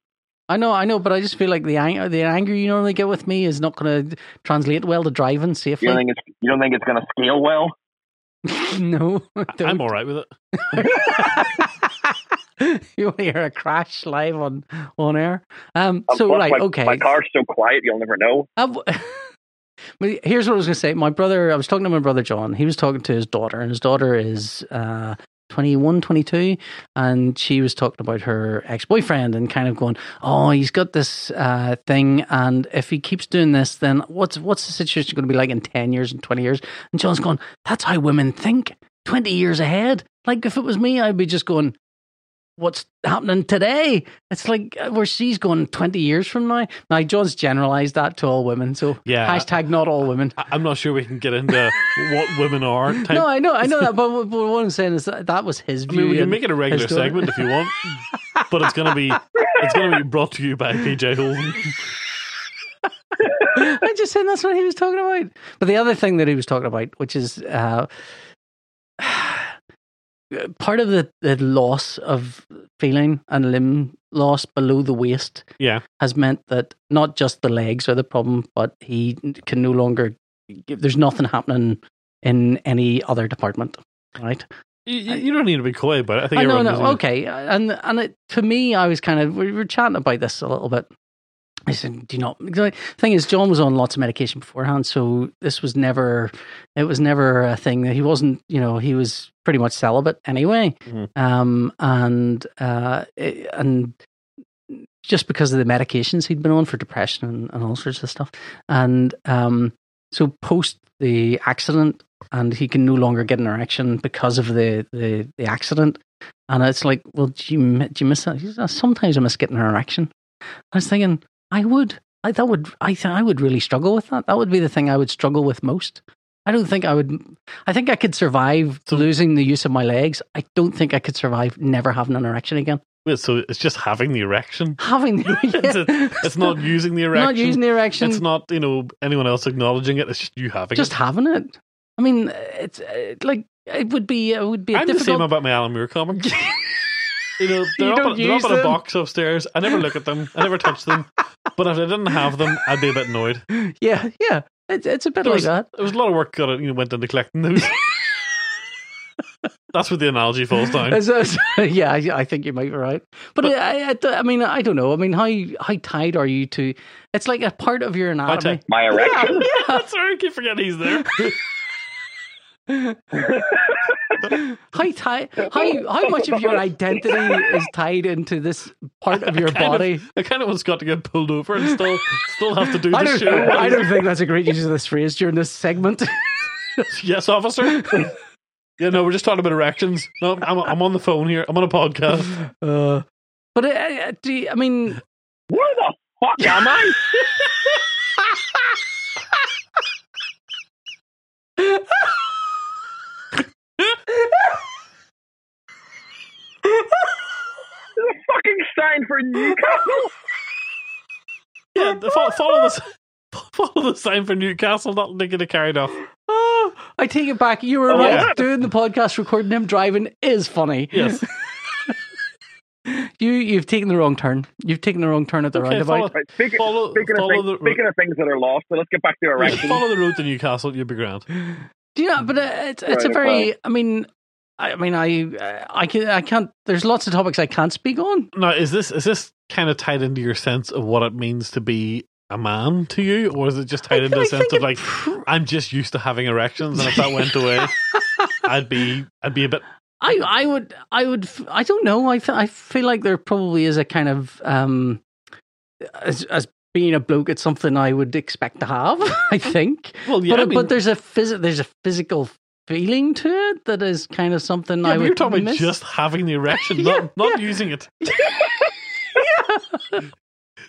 [SPEAKER 2] I know, I know, but I just feel like the ang- the anger you normally get with me is not going to translate well to driving
[SPEAKER 1] You don't
[SPEAKER 2] safely.
[SPEAKER 1] think it's. You don't think it's going to scale well?
[SPEAKER 2] no, I
[SPEAKER 3] I'm
[SPEAKER 2] don't.
[SPEAKER 3] all right with it.
[SPEAKER 2] you want to hear a crash live on on air? Um,
[SPEAKER 1] Um,
[SPEAKER 2] so
[SPEAKER 1] plus
[SPEAKER 2] right,
[SPEAKER 1] my,
[SPEAKER 2] okay.
[SPEAKER 1] My car's so quiet. You'll never know.
[SPEAKER 2] I w- Well, Here's what I was going to say. My brother, I was talking to my brother John. He was talking to his daughter, and his daughter is uh, 21, 22. And she was talking about her ex boyfriend and kind of going, Oh, he's got this uh, thing. And if he keeps doing this, then what's, what's the situation going to be like in 10 years and 20 years? And John's going, That's how women think 20 years ahead. Like if it was me, I'd be just going, what's happening today. It's like uh, where she's going 20 years from now. Now, John's generalized that to all women. So,
[SPEAKER 3] Yeah.
[SPEAKER 2] hashtag not all women.
[SPEAKER 3] I- I'm not sure we can get into what women are. Type.
[SPEAKER 2] No, I know, I know that. But, what- but what I'm saying is that that was his
[SPEAKER 3] I
[SPEAKER 2] view.
[SPEAKER 3] mean, we can
[SPEAKER 2] and-
[SPEAKER 3] make it a regular
[SPEAKER 2] Let's do it.
[SPEAKER 3] segment if you want, but it's gonna be it's gonna be brought to you by PJ Holden.
[SPEAKER 2] I'm just saying that's what he was talking about. But the other thing that he was talking about, which is uh, part of the, the loss of feeling and limb loss below the waist
[SPEAKER 3] Yeah,
[SPEAKER 2] has meant that not just the legs are the problem, but he can no longer. Give, there's nothing happening in any other department, right?
[SPEAKER 3] You, you- you don't need to be coy about it. I think
[SPEAKER 2] I know,
[SPEAKER 3] everyone
[SPEAKER 2] Oh, no,
[SPEAKER 3] knows you-
[SPEAKER 2] okay. And and it, for me, I was kind of we were chatting about this a little bit. I said, "Do you not." The thing is, John was on lots of medication beforehand, so this was never, it was never a thing that he wasn't. You know, he was pretty much celibate anyway,
[SPEAKER 3] Mhm.
[SPEAKER 2] um, and uh, it- and just because of the medications he'd been on for depression and, and all sorts of stuff, and um, so post the accident, and he can no longer get an erection because of the the, the accident. And it's like, well, do you, mi- do you miss that? He says, "Oh, Sometimes I miss getting an erection. I was thinking, I would. I that would. I th- I would really struggle with that. That would be the thing I would struggle with most. I don't think I would. I think I could survive
[SPEAKER 3] Hmm.
[SPEAKER 2] losing the use of my legs. I don't think I could survive never having an erection again.
[SPEAKER 3] Wait, so it's just having the erection.
[SPEAKER 2] Having
[SPEAKER 3] It's a- It's not using the erection.
[SPEAKER 2] Not using the erection.
[SPEAKER 3] It's not you know anyone else acknowledging it. It's just you having
[SPEAKER 2] just
[SPEAKER 3] it.
[SPEAKER 2] having it. I mean, it's uh, like it would be. It would be a
[SPEAKER 3] I'm the
[SPEAKER 2] difficult.
[SPEAKER 3] same about my Alan Moore comic. you know, they're, up,
[SPEAKER 2] don't
[SPEAKER 3] on, they're up
[SPEAKER 2] use
[SPEAKER 3] in a
[SPEAKER 2] them.
[SPEAKER 3] box upstairs. I never look at them. I never touch them. But if I didn't have them, I'd be a bit annoyed.
[SPEAKER 2] yeah, yeah. It's it's a bit
[SPEAKER 3] There
[SPEAKER 2] like
[SPEAKER 3] was,
[SPEAKER 2] that.
[SPEAKER 3] there was a lot of work got it. You know, went into collecting those. That's where the analogy falls down.
[SPEAKER 2] As- as- yeah, I, I think you might be right. But, I, I, I mean, I don't know. I mean, how how tied are you to? It's like a part of your anatomy.
[SPEAKER 3] tied?
[SPEAKER 1] My erection.
[SPEAKER 2] Yeah.
[SPEAKER 3] Sorry, I keep forgetting he's there.
[SPEAKER 2] How tied? How how much of your identity is tied into this part of your
[SPEAKER 3] I kind of-
[SPEAKER 2] body?
[SPEAKER 3] I kind of was got to get pulled over and still still have to do
[SPEAKER 2] I
[SPEAKER 3] the
[SPEAKER 2] don't.
[SPEAKER 3] show.
[SPEAKER 2] I don't think that's a great use of this phrase during this segment.
[SPEAKER 3] yes, officer. Yeah, no, we're just talking about erections. No, I'm, I'm on the phone here. I'm on a podcast.
[SPEAKER 2] Uh, but I, I, do you- I mean,
[SPEAKER 1] Where the fuck am I? This is a fucking sign for Newcastle.
[SPEAKER 3] Yeah, the- fo- follow this. Follow the sign for Newcastle, not to get it carried off.
[SPEAKER 2] oh, I take it back. You were
[SPEAKER 3] Ah. Oh,
[SPEAKER 2] right.
[SPEAKER 3] yeah.
[SPEAKER 2] Doing the podcast, recording him driving is funny.
[SPEAKER 3] Yes.
[SPEAKER 2] You you've taken the wrong turn. You've taken the wrong turn at the
[SPEAKER 3] Okay,
[SPEAKER 2] roundabout.
[SPEAKER 3] follow,
[SPEAKER 1] Right, speaking,
[SPEAKER 3] follow,
[SPEAKER 1] speaking, of
[SPEAKER 3] follow
[SPEAKER 1] things,
[SPEAKER 3] the
[SPEAKER 1] speaking of things that are lost, so let's get back to
[SPEAKER 3] road.
[SPEAKER 1] erection.
[SPEAKER 3] Follow the road to Newcastle, you'll be grand.
[SPEAKER 2] Do
[SPEAKER 3] Mm.
[SPEAKER 2] you know? But uh, it's it's a
[SPEAKER 1] Right,
[SPEAKER 2] very. I mean, I, I mean, I uh, I can I can't. There's lots of topics I can't speak on.
[SPEAKER 3] Now, is this is this kind of tied into your sense of what it means to be a man to you, or is it just tied into
[SPEAKER 2] I
[SPEAKER 3] a sense
[SPEAKER 2] think
[SPEAKER 3] of
[SPEAKER 2] it
[SPEAKER 3] like
[SPEAKER 2] pr-
[SPEAKER 3] I'm just used to having erections, and if that went away, I'd be I'd be a bit
[SPEAKER 2] I I would I would f- I don't know. I th- I feel like there probably is a kind of um as as being a bloke, it's something I would expect to have. I think,
[SPEAKER 3] well. Yeah,
[SPEAKER 2] but
[SPEAKER 3] I mean,
[SPEAKER 2] but there's a phys- there's a physical feeling to it that is kind of something
[SPEAKER 3] yeah,
[SPEAKER 2] I
[SPEAKER 3] but
[SPEAKER 2] would
[SPEAKER 3] you're talking about
[SPEAKER 2] miss.
[SPEAKER 3] just having the erection,
[SPEAKER 2] Yeah,
[SPEAKER 3] not not using it.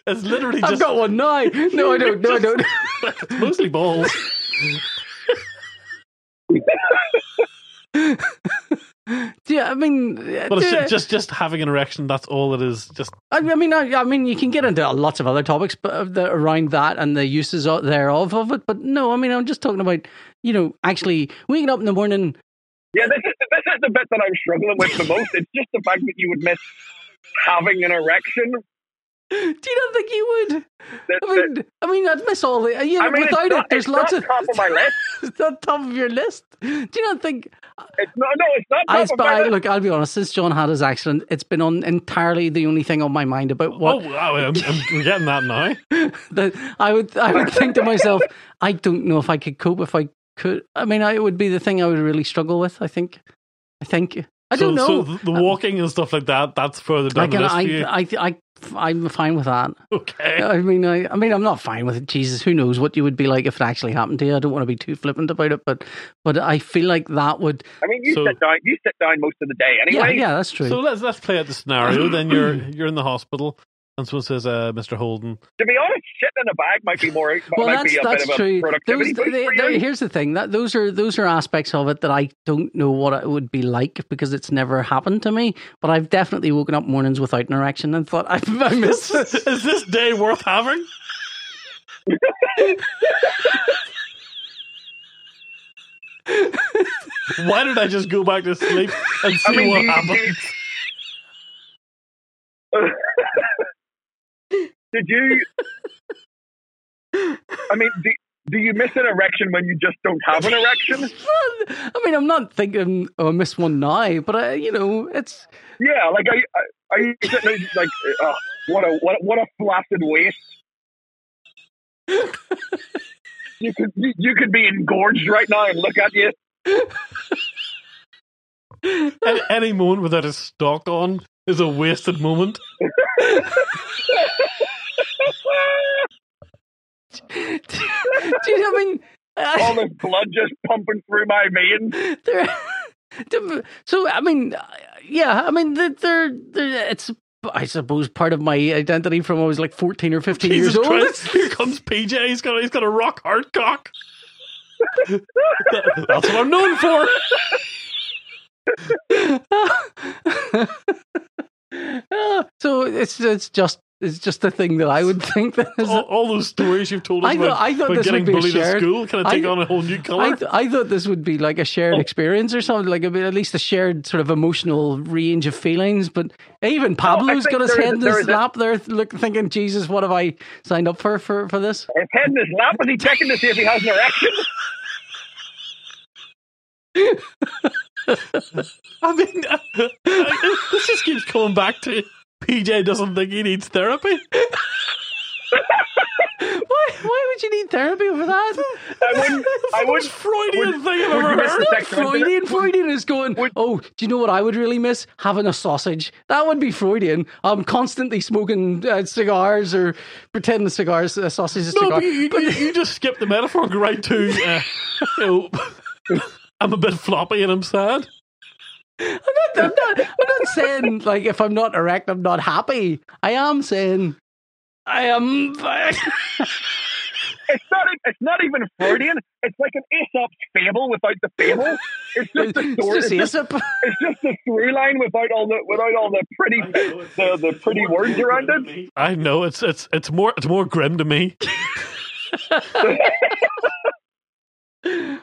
[SPEAKER 3] It's literally
[SPEAKER 2] I've
[SPEAKER 3] just
[SPEAKER 2] got one now. No, I don't. No, I don't.
[SPEAKER 3] it's mostly balls.
[SPEAKER 2] Yeah, I mean,
[SPEAKER 3] But it's
[SPEAKER 2] yeah.
[SPEAKER 3] just, just just having an erection. That's all it is. Just
[SPEAKER 2] I I mean, I, I mean, you can get into lots of other topics, but of the, around that and the uses o- thereof of it. But no, I mean, I'm just talking about, you know, actually waking up in the morning.
[SPEAKER 1] Yeah, this is, this is the bit that I'm struggling with the most. It's just the fact that you would miss having an erection.
[SPEAKER 2] Do you not think you would?
[SPEAKER 1] That,
[SPEAKER 2] I mean, I mean, I'd miss all the. You
[SPEAKER 1] that- I
[SPEAKER 2] know,
[SPEAKER 1] mean,
[SPEAKER 2] without
[SPEAKER 1] it's not,
[SPEAKER 2] it, there's
[SPEAKER 1] it's
[SPEAKER 2] lots
[SPEAKER 1] not
[SPEAKER 2] of.
[SPEAKER 1] top of my list.
[SPEAKER 2] it's not top of your list. Do you not think?
[SPEAKER 1] It's not, no, it's not top
[SPEAKER 2] I,
[SPEAKER 1] of my
[SPEAKER 2] but I,
[SPEAKER 1] list.
[SPEAKER 2] look, I'll be honest. Since John had his accident, it's been on entirely the only thing on my mind about what
[SPEAKER 3] oh wow, I'm, I'm we're getting that now.
[SPEAKER 2] that I would I would think to myself, I don't know if I could cope if I could. I mean, I, it would be the thing I would really struggle with. I think. I think. I
[SPEAKER 3] so,
[SPEAKER 2] don't
[SPEAKER 3] So
[SPEAKER 2] know.
[SPEAKER 3] th- the walking and stuff like that. That's further down
[SPEAKER 2] like,
[SPEAKER 3] the list for you.
[SPEAKER 2] I, I, I, I'm fine with that.
[SPEAKER 3] okay.
[SPEAKER 2] I mean, I, I mean, I'm not fine with it. Jesus, who knows what you would be like if it actually happened to you? I don't want to be too flippant about it, but, but I feel like that would.
[SPEAKER 1] I mean, you
[SPEAKER 3] So-
[SPEAKER 1] sit down. You sit down most of the day anyway.
[SPEAKER 2] Yeah, yeah, that's true.
[SPEAKER 3] So let's let's play out the scenario. then you're you're in the hospital, and someone says, uh, "Mr. Holden,
[SPEAKER 1] To be honest, shitting in a bag might be more.
[SPEAKER 2] well,
[SPEAKER 1] might
[SPEAKER 2] that's
[SPEAKER 1] be a
[SPEAKER 2] that's
[SPEAKER 1] bit of
[SPEAKER 2] true.
[SPEAKER 1] a productivity
[SPEAKER 2] Those,
[SPEAKER 1] boost
[SPEAKER 2] they-
[SPEAKER 1] for
[SPEAKER 2] they-
[SPEAKER 1] you.
[SPEAKER 2] here's the thing that those are those are aspects of it that I don't know what it would be like because it's never happened to me. But I've definitely woken up mornings without an erection and thought I, I missed this.
[SPEAKER 3] is this day worth having?" Why did I just go back to sleep and see
[SPEAKER 1] I mean,
[SPEAKER 3] what
[SPEAKER 1] do you-
[SPEAKER 3] happened?
[SPEAKER 1] Did you? I mean, do,
[SPEAKER 5] Do you miss an erection when you just don't have an erection?
[SPEAKER 2] I mean, I'm not thinking, oh, I missed one now, but I, you know, it's
[SPEAKER 5] Yeah, like are you, are you sitting there like, oh, what a what a, what a flaccid waist. you could you, you could be engorged right now and look at you.
[SPEAKER 3] Any, any moment without a stock on is a wasted moment.
[SPEAKER 2] Do you, I mean,
[SPEAKER 5] All
[SPEAKER 2] I,
[SPEAKER 5] this blood just pumping through my veins.
[SPEAKER 2] there, so I mean, yeah, I mean, they're, they're, they're- it's I suppose part of my identity from when I was like fourteen or fifteen
[SPEAKER 3] Jesus
[SPEAKER 2] years old.
[SPEAKER 3] Christ! Here comes PJ. He's got a- he's got a rock hard cock. That- that's what I'm known for.
[SPEAKER 2] Ah, so it's it's just it's just a thing that I would think that is.
[SPEAKER 5] Oh,
[SPEAKER 3] All, all those stories you've told us
[SPEAKER 2] I thought-
[SPEAKER 3] about,
[SPEAKER 2] I thought
[SPEAKER 3] about
[SPEAKER 2] this
[SPEAKER 3] getting
[SPEAKER 2] would be
[SPEAKER 3] bullied at
[SPEAKER 2] shared.
[SPEAKER 3] school kind of take
[SPEAKER 2] I-
[SPEAKER 3] on a whole new
[SPEAKER 2] I,
[SPEAKER 3] color.
[SPEAKER 2] th- I thought this would be like a shared
[SPEAKER 5] Oh.
[SPEAKER 2] experience or something, like a bit, at least a shared sort of emotional range of feelings. But even Pablo's
[SPEAKER 5] Oh, think
[SPEAKER 2] got his
[SPEAKER 5] there is-
[SPEAKER 2] head in
[SPEAKER 5] there
[SPEAKER 2] his
[SPEAKER 5] is a-
[SPEAKER 2] lap there, look, thinking, Jesus, what have I signed up for for, for this?
[SPEAKER 5] His head in his lap. Is he checking to see if he has an erection?
[SPEAKER 3] I mean, this just keeps coming back to PJ doesn't think he needs therapy.
[SPEAKER 2] Why, why would you need therapy for that?
[SPEAKER 5] I wouldn't. I wouldn't.
[SPEAKER 3] Freudian
[SPEAKER 5] would-
[SPEAKER 3] thing I've
[SPEAKER 5] would
[SPEAKER 3] ever
[SPEAKER 5] you miss
[SPEAKER 3] heard.
[SPEAKER 5] the sex-
[SPEAKER 2] Freudian, Freudian is going. oh, do you know what I would really miss? Having a sausage. That would be Freudian. I'm constantly smoking uh, cigars or pretending cigars, a sausage is a
[SPEAKER 3] No,
[SPEAKER 2] cigar.
[SPEAKER 3] but you, you, you just skip the metaphor and go right to, uh, you know, I'm a bit floppy and I'm sad.
[SPEAKER 2] I'm not, I'm not saying like if I'm not erect, I'm not happy. I am saying I am.
[SPEAKER 5] It's not. e- It's not even Freudian. It's like an Aesop's fable without the fable. It's just the
[SPEAKER 2] it's
[SPEAKER 5] story. It's
[SPEAKER 2] just
[SPEAKER 5] just,
[SPEAKER 2] Aesop.
[SPEAKER 5] it's just the through line without all the without all the pretty the, the pretty words around it.
[SPEAKER 3] I know it's it's it's more it's more grim to me.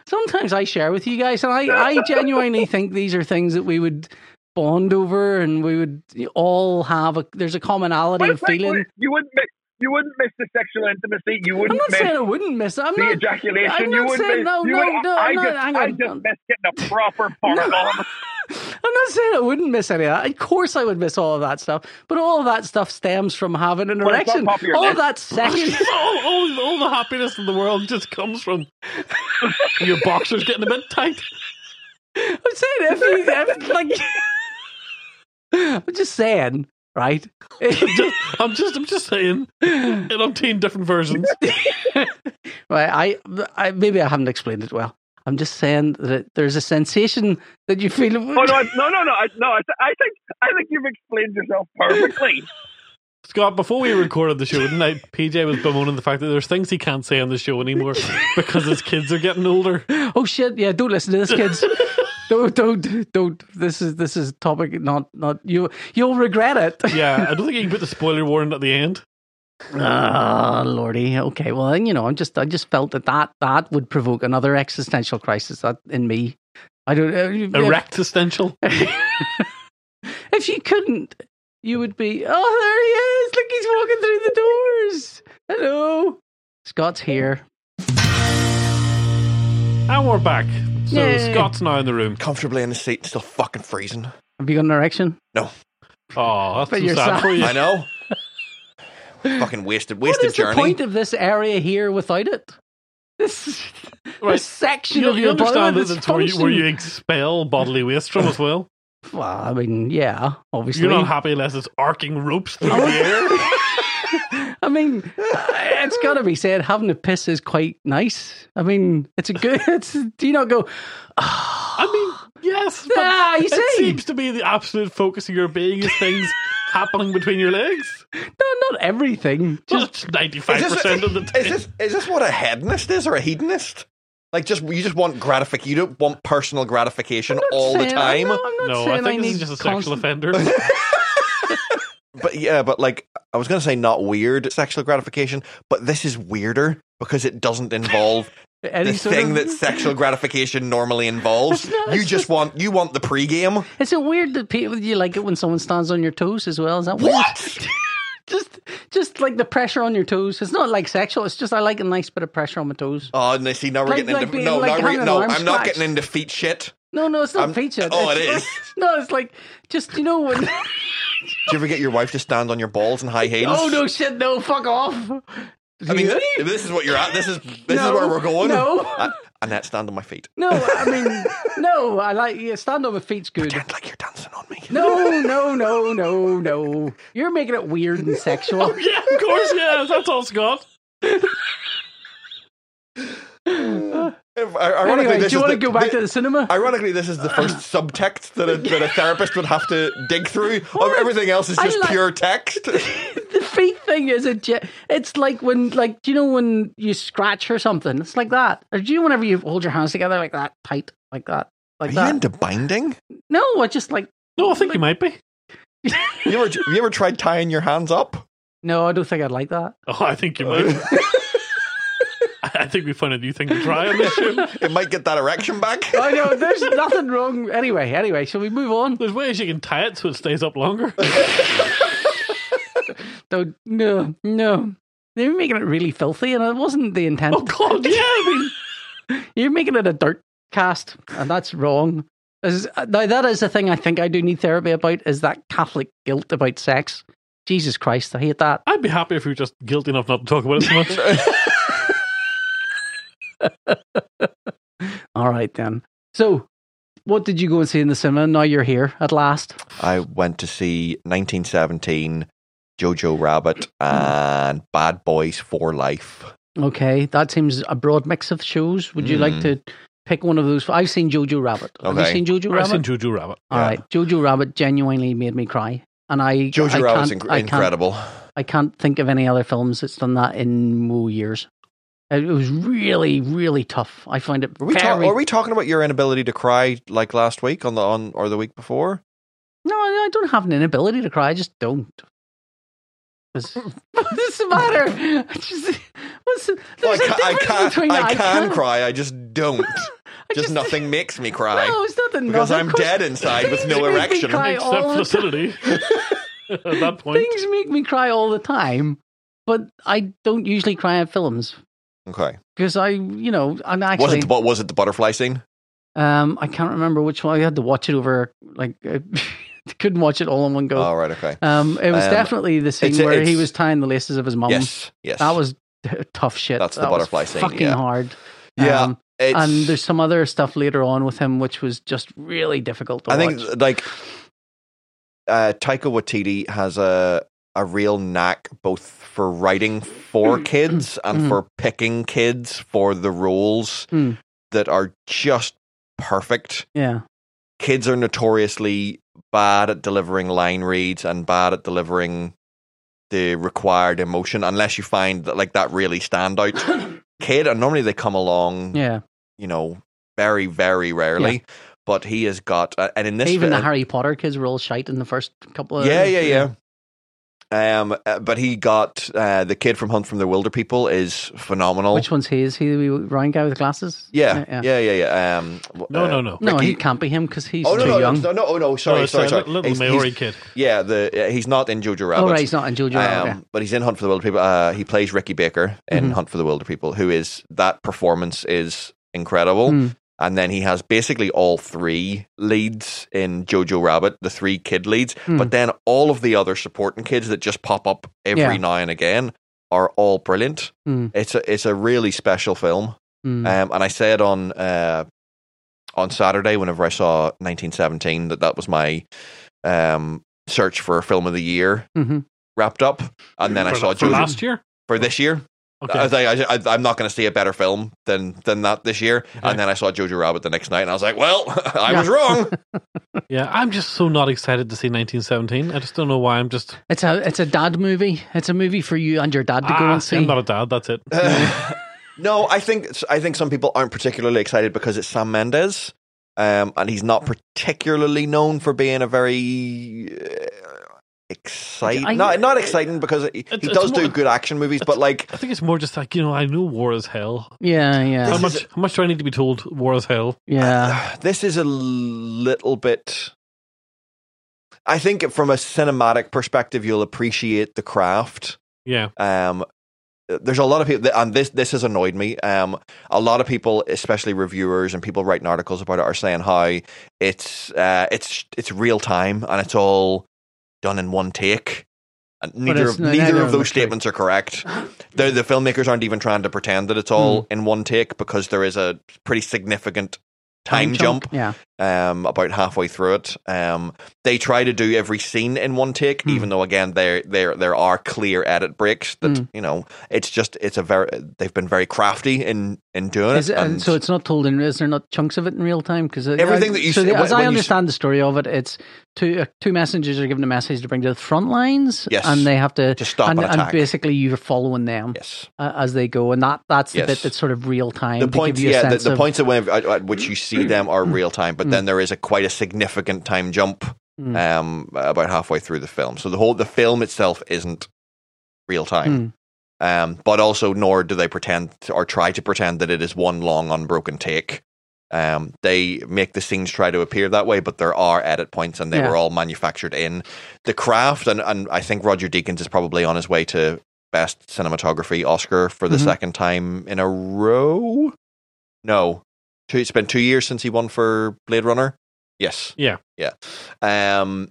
[SPEAKER 2] Sometimes I share with you guys, and I, I genuinely think these are things that we would bond over, and we would all have a. There's a commonality
[SPEAKER 5] But
[SPEAKER 2] of
[SPEAKER 5] it's like,
[SPEAKER 2] feeling.
[SPEAKER 5] You wouldn't miss. You wouldn't miss the sexual intimacy. You
[SPEAKER 2] I'm
[SPEAKER 5] wouldn't
[SPEAKER 2] not
[SPEAKER 5] miss
[SPEAKER 2] saying I wouldn't miss. it. I'm
[SPEAKER 5] the
[SPEAKER 2] not.
[SPEAKER 5] ejaculation.
[SPEAKER 2] I'm
[SPEAKER 5] you
[SPEAKER 2] not
[SPEAKER 5] wouldn't
[SPEAKER 2] saying
[SPEAKER 5] miss.
[SPEAKER 2] no,
[SPEAKER 5] you
[SPEAKER 2] no,
[SPEAKER 5] would,
[SPEAKER 2] no,
[SPEAKER 5] I
[SPEAKER 2] no,
[SPEAKER 5] just,
[SPEAKER 2] hang
[SPEAKER 5] I
[SPEAKER 2] on.
[SPEAKER 5] just miss getting a proper fart on.
[SPEAKER 2] I'm not saying I wouldn't miss any of that. Of course, I would miss all of that stuff, but all of that stuff stems from having an
[SPEAKER 5] Well, it's not
[SPEAKER 2] erection.
[SPEAKER 5] popular,
[SPEAKER 2] All
[SPEAKER 5] man.
[SPEAKER 2] of that second.
[SPEAKER 3] all, all, all the happiness in the world just comes from your boxers getting a bit tight.
[SPEAKER 2] I'm saying if you if, like, I'm just saying, right?
[SPEAKER 3] Just- I'm just I'm just saying
[SPEAKER 2] right?
[SPEAKER 3] it umpteen different versions.
[SPEAKER 2] I, I maybe I haven't explained it well. I'm just saying that it, there's a sensation that you feel.
[SPEAKER 5] Oh no, I, no, no, no, I, no! I, I think I think you've explained yourself perfectly.
[SPEAKER 3] Scott, before we recorded the show tonight, PJ was bemoaning the fact that there's things he can't say on the show anymore because his kids are getting older.
[SPEAKER 2] Oh shit! Yeah, don't listen to this, kids. don't, don't, don't. This is this is topic. Not, not you. You'll regret it.
[SPEAKER 3] Yeah, I don't think you can put the spoiler warning at the end.
[SPEAKER 2] Ah, lordy. Okay, well, then, you know, I'm just, I just felt that that, that would provoke another existential crisis that in me. I don't. Uh, if-
[SPEAKER 3] Erect essential.
[SPEAKER 2] if you couldn't, you would be. Oh, there he is! Look, he's walking through the doors. Hello, Scott's here.
[SPEAKER 3] And we're back. So
[SPEAKER 2] Yay.
[SPEAKER 3] Scott's now in the room.
[SPEAKER 6] comfortably in the seat and still fucking freezing.
[SPEAKER 2] Have you got an erection?
[SPEAKER 3] Oh, that's
[SPEAKER 2] But
[SPEAKER 3] too
[SPEAKER 2] you're
[SPEAKER 3] sad
[SPEAKER 2] sad.
[SPEAKER 3] for you.
[SPEAKER 6] I know. fucking wasted,
[SPEAKER 2] What
[SPEAKER 6] wasted
[SPEAKER 2] is the
[SPEAKER 6] journey.
[SPEAKER 2] point of this area here without it? This,
[SPEAKER 3] Right.
[SPEAKER 2] this section
[SPEAKER 3] You,
[SPEAKER 2] of
[SPEAKER 3] you
[SPEAKER 2] your
[SPEAKER 3] understand
[SPEAKER 2] body
[SPEAKER 3] that
[SPEAKER 2] that's
[SPEAKER 3] it's where you, where you expel bodily waste from as well.
[SPEAKER 2] Well, I mean, yeah, obviously.
[SPEAKER 3] You're not happy unless it's arcing ropes through the
[SPEAKER 6] Oh.
[SPEAKER 3] air.
[SPEAKER 2] I mean, it's got to be said, having a piss is quite nice. I mean, it's a good. It's, do you not go? "Ah,
[SPEAKER 3] I mean, yes, but
[SPEAKER 2] Ah, you
[SPEAKER 3] it
[SPEAKER 2] see.
[SPEAKER 3] seems to be the absolute focus of your being is things happening between your legs.
[SPEAKER 2] no, not everything. Just
[SPEAKER 3] Just ninety-five percent of the time.
[SPEAKER 6] is this is this what a hedonist is or a hedonist? Like just you just want gratification. You don't want personal gratification all the
[SPEAKER 2] saying- I'm
[SPEAKER 6] time.
[SPEAKER 2] not- I'm not
[SPEAKER 3] no, I
[SPEAKER 2] saying
[SPEAKER 3] think
[SPEAKER 2] need
[SPEAKER 3] this is just a sexual
[SPEAKER 2] constant-
[SPEAKER 3] offender.
[SPEAKER 6] But yeah, but like I was gonna say not weird sexual gratification, but this is weirder because it doesn't involve
[SPEAKER 2] any
[SPEAKER 6] the
[SPEAKER 2] sort
[SPEAKER 6] thing
[SPEAKER 2] of-
[SPEAKER 6] that sexual gratification normally involves.
[SPEAKER 2] It's not-
[SPEAKER 6] you
[SPEAKER 2] it's
[SPEAKER 6] just,
[SPEAKER 2] just-
[SPEAKER 6] want you want the pregame.
[SPEAKER 2] Is it weird that people you like it when someone stands on your toes as well? Is that weird?
[SPEAKER 6] What?
[SPEAKER 2] just just like the pressure on your toes. It's not like sexual. It's just I like a nice bit of pressure on my toes.
[SPEAKER 6] Oh, and they see now we're
[SPEAKER 2] Like-
[SPEAKER 6] getting
[SPEAKER 2] like
[SPEAKER 6] into
[SPEAKER 2] being-
[SPEAKER 6] no,
[SPEAKER 2] like
[SPEAKER 6] now
[SPEAKER 2] having
[SPEAKER 6] we're,
[SPEAKER 2] an
[SPEAKER 6] no,
[SPEAKER 2] arm
[SPEAKER 6] I'm not
[SPEAKER 2] scratched.
[SPEAKER 6] getting into feet shit.
[SPEAKER 2] No, no, it's not
[SPEAKER 6] I'm-
[SPEAKER 2] feature.
[SPEAKER 6] oh, it
[SPEAKER 2] It's-
[SPEAKER 6] is.
[SPEAKER 2] no, it's like just you know when.
[SPEAKER 6] Do you ever get your wife to stand on your balls in high heels?
[SPEAKER 2] oh no, shit, no, fuck off.
[SPEAKER 6] I mean,
[SPEAKER 2] Really?
[SPEAKER 6] if this is what you're at. This is this
[SPEAKER 2] No,
[SPEAKER 6] is where we're going.
[SPEAKER 2] no.
[SPEAKER 6] I, Annette, stand on my feet.
[SPEAKER 2] no, I mean, no, I like yeah, stand on my feet's good.
[SPEAKER 6] Pretend like you're dancing on me.
[SPEAKER 2] No, no, no, no, no. You're making it weird and sexual.
[SPEAKER 3] yeah, of course, yeah. That's all, Scott.
[SPEAKER 6] If- I- ironically,
[SPEAKER 2] Anyway, do
[SPEAKER 6] this
[SPEAKER 2] you
[SPEAKER 6] is
[SPEAKER 2] want to
[SPEAKER 6] the-
[SPEAKER 2] go back
[SPEAKER 6] thi-
[SPEAKER 2] to the cinema?
[SPEAKER 6] Ironically, this is the first subtext that a, that a therapist would have to dig through. Of
[SPEAKER 2] What?
[SPEAKER 6] everything else is
[SPEAKER 2] I
[SPEAKER 6] just
[SPEAKER 2] like-
[SPEAKER 6] pure text.
[SPEAKER 2] the feet thing is a. ge- It's like when, like, do you know when you scratch or something? It's like that. Or do you whenever you hold your hands together like that, tight, like that, like
[SPEAKER 6] Are you
[SPEAKER 2] that?
[SPEAKER 6] into binding?
[SPEAKER 2] no, I just like.
[SPEAKER 3] No, I think you might be.
[SPEAKER 6] You ever have you ever tried tying your hands up?
[SPEAKER 2] No, I don't think I'd like that.
[SPEAKER 3] Oh, I think you might. I think we found a new thing to try on this show.
[SPEAKER 6] It might get that erection back.
[SPEAKER 2] I know there's nothing wrong. Anyway, anyway, shall we move on?
[SPEAKER 3] There's ways you can tie it so it stays up longer.
[SPEAKER 2] No, no, no. They were making it really filthy, and it wasn't the intent.
[SPEAKER 3] oh God, yeah. I
[SPEAKER 2] You're making it a dirt cast, and that's wrong. As- now, that is the thing I think I do need therapy about is that Catholic guilt about sex. Jesus Christ, I hate that.
[SPEAKER 3] would be happy if we were just guilty enough not to talk about it so much.
[SPEAKER 2] All right, then. So, what did you go and see in the cinema? Now you're here at last.
[SPEAKER 6] I went to see 1917, Jojo Rabbit, and Bad Boys for Life.
[SPEAKER 2] Okay, that seems a broad mix of shows. Would you like
[SPEAKER 6] Hmm.
[SPEAKER 2] to pick one of those? I've seen Jojo Rabbit. Have you
[SPEAKER 6] Okay.
[SPEAKER 2] seen Jojo
[SPEAKER 3] I've
[SPEAKER 2] Rabbit?
[SPEAKER 3] seen Jojo Rabbit.
[SPEAKER 2] All
[SPEAKER 6] yeah.
[SPEAKER 2] right, Jojo Rabbit genuinely made me cry, and I
[SPEAKER 6] Jojo
[SPEAKER 2] I
[SPEAKER 6] Rabbit's
[SPEAKER 2] can't-
[SPEAKER 6] inc-
[SPEAKER 2] I can't
[SPEAKER 6] incredible.
[SPEAKER 2] I can't think of any other films that's done that in more years. Uh, It was really, really tough. I find it
[SPEAKER 6] Are we, talk-
[SPEAKER 2] very.
[SPEAKER 6] are we talking about your inability to cry like last week on the on or the week before?
[SPEAKER 2] No, I don't have an inability to cry. I just don't. What's what's the matter? I just, what's the,
[SPEAKER 6] Well,
[SPEAKER 2] there's a
[SPEAKER 6] I,
[SPEAKER 2] difference
[SPEAKER 6] ca- I
[SPEAKER 2] between
[SPEAKER 6] can I can
[SPEAKER 2] can't-
[SPEAKER 6] cry. I just don't.
[SPEAKER 2] I
[SPEAKER 6] just nothing makes me cry
[SPEAKER 2] No, it's nothing.
[SPEAKER 6] because
[SPEAKER 2] nothing.
[SPEAKER 6] I'm
[SPEAKER 2] Of course,
[SPEAKER 6] dead inside with
[SPEAKER 2] things
[SPEAKER 6] no
[SPEAKER 2] make me
[SPEAKER 6] erection.
[SPEAKER 2] cry all
[SPEAKER 3] Except
[SPEAKER 2] the time.
[SPEAKER 3] facility. At that point,
[SPEAKER 2] Things make me cry all the time, but I don't usually cry at films
[SPEAKER 6] Okay.
[SPEAKER 2] because I, you know, and actually
[SPEAKER 6] Was it the, bu- was it the butterfly scene?
[SPEAKER 2] Um, I can't remember which one. I had to watch it over. Like, I couldn't watch it all in one go.
[SPEAKER 6] All right. Okay.
[SPEAKER 2] Um, it was
[SPEAKER 6] Um,
[SPEAKER 2] definitely the scene
[SPEAKER 6] it's a-
[SPEAKER 2] where he
[SPEAKER 6] it's-
[SPEAKER 2] was tying the laces of his mum.
[SPEAKER 6] yes. Yes.
[SPEAKER 2] That was t- tough shit.
[SPEAKER 6] That's the
[SPEAKER 2] That was
[SPEAKER 6] butterfly scene,
[SPEAKER 2] Fucking
[SPEAKER 6] yeah.
[SPEAKER 2] hard.
[SPEAKER 6] Yeah,
[SPEAKER 2] Um,
[SPEAKER 6] It's-
[SPEAKER 2] and there's some other stuff later on with him, which was just really difficult to
[SPEAKER 6] I
[SPEAKER 2] watch.
[SPEAKER 6] think like uh, Taika Waititi has a a real knack both for writing for kids and
[SPEAKER 2] Mm.
[SPEAKER 6] for picking kids for the roles
[SPEAKER 2] Mm.
[SPEAKER 6] that are just perfect.
[SPEAKER 2] yeah.
[SPEAKER 6] Kids are notoriously bad at delivering line reads and bad at delivering the required emotion unless you find that like that really standout kid and normally they come along
[SPEAKER 2] Yeah.
[SPEAKER 6] you know very very rarely but he has got uh, and in this
[SPEAKER 2] Even the
[SPEAKER 6] film-
[SPEAKER 2] Harry Potter kids were all shite in the first couple of
[SPEAKER 6] yeah, yeah, yeah. Um, uh, but he got uh, the kid from Hunt from the Wilder People is phenomenal.
[SPEAKER 2] Which one's he? Is he the wee round guy with the glasses?
[SPEAKER 6] yeah, yeah, yeah, yeah. Um, w-
[SPEAKER 3] no,
[SPEAKER 6] uh,
[SPEAKER 3] no, no.
[SPEAKER 2] No,
[SPEAKER 6] Ricky-
[SPEAKER 2] he can't be him because he's
[SPEAKER 6] Oh no,
[SPEAKER 2] too
[SPEAKER 6] no, no,
[SPEAKER 2] young.
[SPEAKER 6] no, no, oh no, sorry,
[SPEAKER 3] no, it's
[SPEAKER 6] sorry,
[SPEAKER 3] a
[SPEAKER 6] sorry.
[SPEAKER 3] little
[SPEAKER 6] He's-
[SPEAKER 3] Maori
[SPEAKER 6] he's-
[SPEAKER 3] kid.
[SPEAKER 6] yeah, the uh, he's not in Jojo Rabbit.
[SPEAKER 2] oh, right, he's not in Jojo Rabbit.
[SPEAKER 6] Um, but he's in Hunt for the Wilder People. Uh, he plays Ricky Baker in
[SPEAKER 2] Mhm.
[SPEAKER 6] Hunt for the Wilder People, who is that performance is incredible.
[SPEAKER 2] Mm.
[SPEAKER 6] And then he has basically all three leads in Jojo Rabbit, the three kid leads.
[SPEAKER 3] Hmm.
[SPEAKER 2] Mm.
[SPEAKER 6] But then all of the other supporting kids that just pop up every
[SPEAKER 2] Yeah.
[SPEAKER 6] now and again are all brilliant.
[SPEAKER 3] Hmm.
[SPEAKER 2] Mm.
[SPEAKER 6] It's a it's a really special film.
[SPEAKER 2] Mm.
[SPEAKER 6] Um, and I said on uh, on Saturday, whenever I saw 1917, that that was my um, search for film of the year
[SPEAKER 2] Mhm.
[SPEAKER 6] wrapped up. And then I
[SPEAKER 3] for,
[SPEAKER 6] saw
[SPEAKER 3] for
[SPEAKER 6] Jojo
[SPEAKER 3] last year.
[SPEAKER 6] for this year.
[SPEAKER 3] Okay.
[SPEAKER 6] I was like, I, I, I'm not going to see a better film than than that this year.
[SPEAKER 3] Okay.
[SPEAKER 6] And then I saw Jojo Rabbit the next night, and I was like, well, I
[SPEAKER 2] Yeah.
[SPEAKER 6] was wrong.
[SPEAKER 3] yeah, I'm just so not excited to see 1917. I just don't know why. I'm just
[SPEAKER 2] It's a it's a dad movie. It's a movie for you and your dad to go
[SPEAKER 3] ah,
[SPEAKER 2] and see.
[SPEAKER 3] I'm not a dad. That's it.
[SPEAKER 6] Uh, no, I think I think some people aren't particularly excited because it's Sam Mendes, um, and he's not particularly known for being a very uh, exciting.
[SPEAKER 2] I-
[SPEAKER 6] not not exciting because he, he
[SPEAKER 3] It's-
[SPEAKER 6] does
[SPEAKER 3] it's
[SPEAKER 6] do
[SPEAKER 3] more-
[SPEAKER 6] good action movies, but like
[SPEAKER 3] I think it's more just like you know. I know war is hell.
[SPEAKER 2] yeah,
[SPEAKER 3] How
[SPEAKER 2] yeah,
[SPEAKER 6] This
[SPEAKER 3] much?
[SPEAKER 6] is-
[SPEAKER 3] How much do I need to be told war is hell?
[SPEAKER 2] yeah.
[SPEAKER 6] this is a little bit. I think from a cinematic perspective, you'll appreciate the craft.
[SPEAKER 3] Yeah.
[SPEAKER 6] Um, there's a lot of people, that, and this this has annoyed me. Um, a lot of people, especially reviewers and people writing articles about it, are saying how it's uh, it's it's real time and it's all done in one take. And neither
[SPEAKER 2] it's
[SPEAKER 6] of,
[SPEAKER 2] not-
[SPEAKER 6] neither,
[SPEAKER 2] neither
[SPEAKER 6] of
[SPEAKER 2] of
[SPEAKER 6] those
[SPEAKER 2] it's true.
[SPEAKER 6] statements are correct. the the filmmakers aren't even trying to pretend that it's all
[SPEAKER 2] Hmm.
[SPEAKER 6] in one take because there is a pretty significant time, jump
[SPEAKER 2] Yeah.
[SPEAKER 6] um, about halfway through it. Um, they try to do every scene in one take,
[SPEAKER 2] Hmm.
[SPEAKER 6] even though again there there there are clear edit breaks that
[SPEAKER 2] Hmm.
[SPEAKER 6] you know it's just it's a very they've been very crafty in in doing
[SPEAKER 2] Is
[SPEAKER 6] it.
[SPEAKER 2] it, and so it's not told in. Is there not chunks of it in real time? Because
[SPEAKER 6] Everything that you
[SPEAKER 2] so
[SPEAKER 6] say-
[SPEAKER 2] as
[SPEAKER 6] when
[SPEAKER 2] I
[SPEAKER 6] you s-
[SPEAKER 2] understand the story of it, it's two uh, two messengers are given a message to bring to the front lines,
[SPEAKER 6] Yes.
[SPEAKER 2] and they have to
[SPEAKER 6] Just stop
[SPEAKER 2] and,
[SPEAKER 6] and
[SPEAKER 2] and
[SPEAKER 6] attack.
[SPEAKER 2] basically you're following them
[SPEAKER 6] yes,
[SPEAKER 2] uh, as they go, and that that's the
[SPEAKER 6] Yes.
[SPEAKER 2] bit that's sort of real time.
[SPEAKER 6] the
[SPEAKER 2] to
[SPEAKER 6] points
[SPEAKER 2] give you a
[SPEAKER 6] yeah the,
[SPEAKER 2] sense
[SPEAKER 6] the
[SPEAKER 2] of-
[SPEAKER 6] points at, when- at- at which you see them are real time, but then there is a quite a significant time jump
[SPEAKER 2] Hmm.
[SPEAKER 6] um, about halfway through the film. So the whole the film itself isn't real time.
[SPEAKER 2] Hmm.
[SPEAKER 6] um, but also nor do they pretend or try to pretend that it is one long unbroken take. Um, they make the scenes try to appear that way, but there are edit points, and they
[SPEAKER 2] Yeah.
[SPEAKER 6] were all manufactured in the craft. And, and I think Roger Deakins is probably on his way to best cinematography Oscar for the
[SPEAKER 2] Mhm.
[SPEAKER 6] second time in a row. No, two, it's been two years since he won for Blade Runner. Yes,
[SPEAKER 3] Yeah.
[SPEAKER 6] yeah. Um,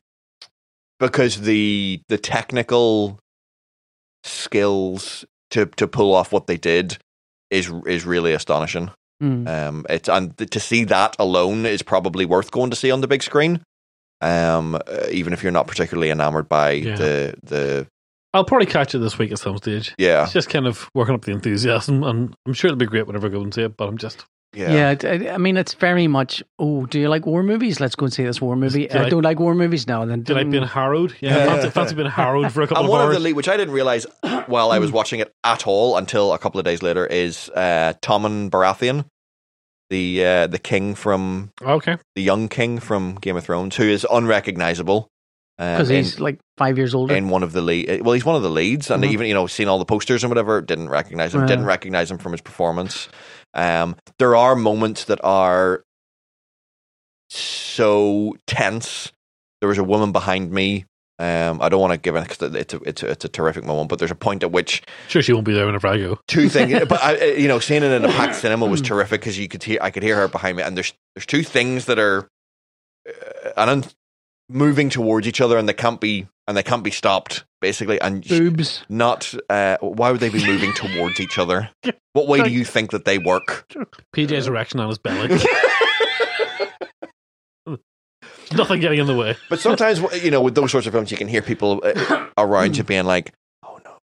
[SPEAKER 6] because the the technical skills to to pull off what they did is is really astonishing.
[SPEAKER 2] Mm.
[SPEAKER 6] Um, it's and th- to see that alone is probably worth going to see on the big screen. Um, uh, even if you're not particularly enamored by
[SPEAKER 3] Yeah.
[SPEAKER 6] the the
[SPEAKER 3] I'll probably catch it this week at some stage.
[SPEAKER 6] yeah
[SPEAKER 3] It's just kind of working up the enthusiasm, and I'm sure it'll be great whenever I go and see it. But I'm just
[SPEAKER 6] yeah.
[SPEAKER 2] Yeah, it- it- I mean, it's very much. Oh, do you like war movies? Let's go and see this war movie.
[SPEAKER 3] did
[SPEAKER 2] I
[SPEAKER 3] I-
[SPEAKER 2] don't like war movies now. Then
[SPEAKER 3] did I been harrowed? Yeah,
[SPEAKER 6] Yeah.
[SPEAKER 3] fancy, fancy being harrowed for a couple
[SPEAKER 6] And
[SPEAKER 3] of
[SPEAKER 6] one of
[SPEAKER 3] hours.
[SPEAKER 6] the le- which I didn't realize while I was watching it at all until a couple of days later is uh, Tommen Baratheon, the uh, the king from
[SPEAKER 3] okay,
[SPEAKER 6] the young king from Game of Thrones, who is unrecognizable um, Uh,
[SPEAKER 2] because he's like five years older.
[SPEAKER 6] in one of the lead. Well, he's one of the leads, and
[SPEAKER 2] Mhm.
[SPEAKER 6] even you know, seen all the posters and whatever, didn't recognize him.
[SPEAKER 2] Yeah.
[SPEAKER 6] Didn't recognize him from his performance. Um, there are moments that are so tense. There was a woman behind me. Um, I don't want to give it because it's a, it's a, it's a terrific moment. But there's a point at which
[SPEAKER 3] sure she won't be there whenever I go.
[SPEAKER 6] two things. but I, I- you know, seeing it in a packed cinema was terrific because you could hear I could hear her behind me, and there's there's two things that are uh, and I'm moving towards each other, and they can't be and they can't be stopped basically. And sh-
[SPEAKER 2] Boobs.
[SPEAKER 6] not uh, why would they be moving towards each other? What way do you think that they work?
[SPEAKER 2] Uh.
[SPEAKER 3] PJ's erection on his belly. Nothing getting in the way.
[SPEAKER 6] But sometimes you know, with those sorts of films, you can hear people uh, around you being like, "Oh no,"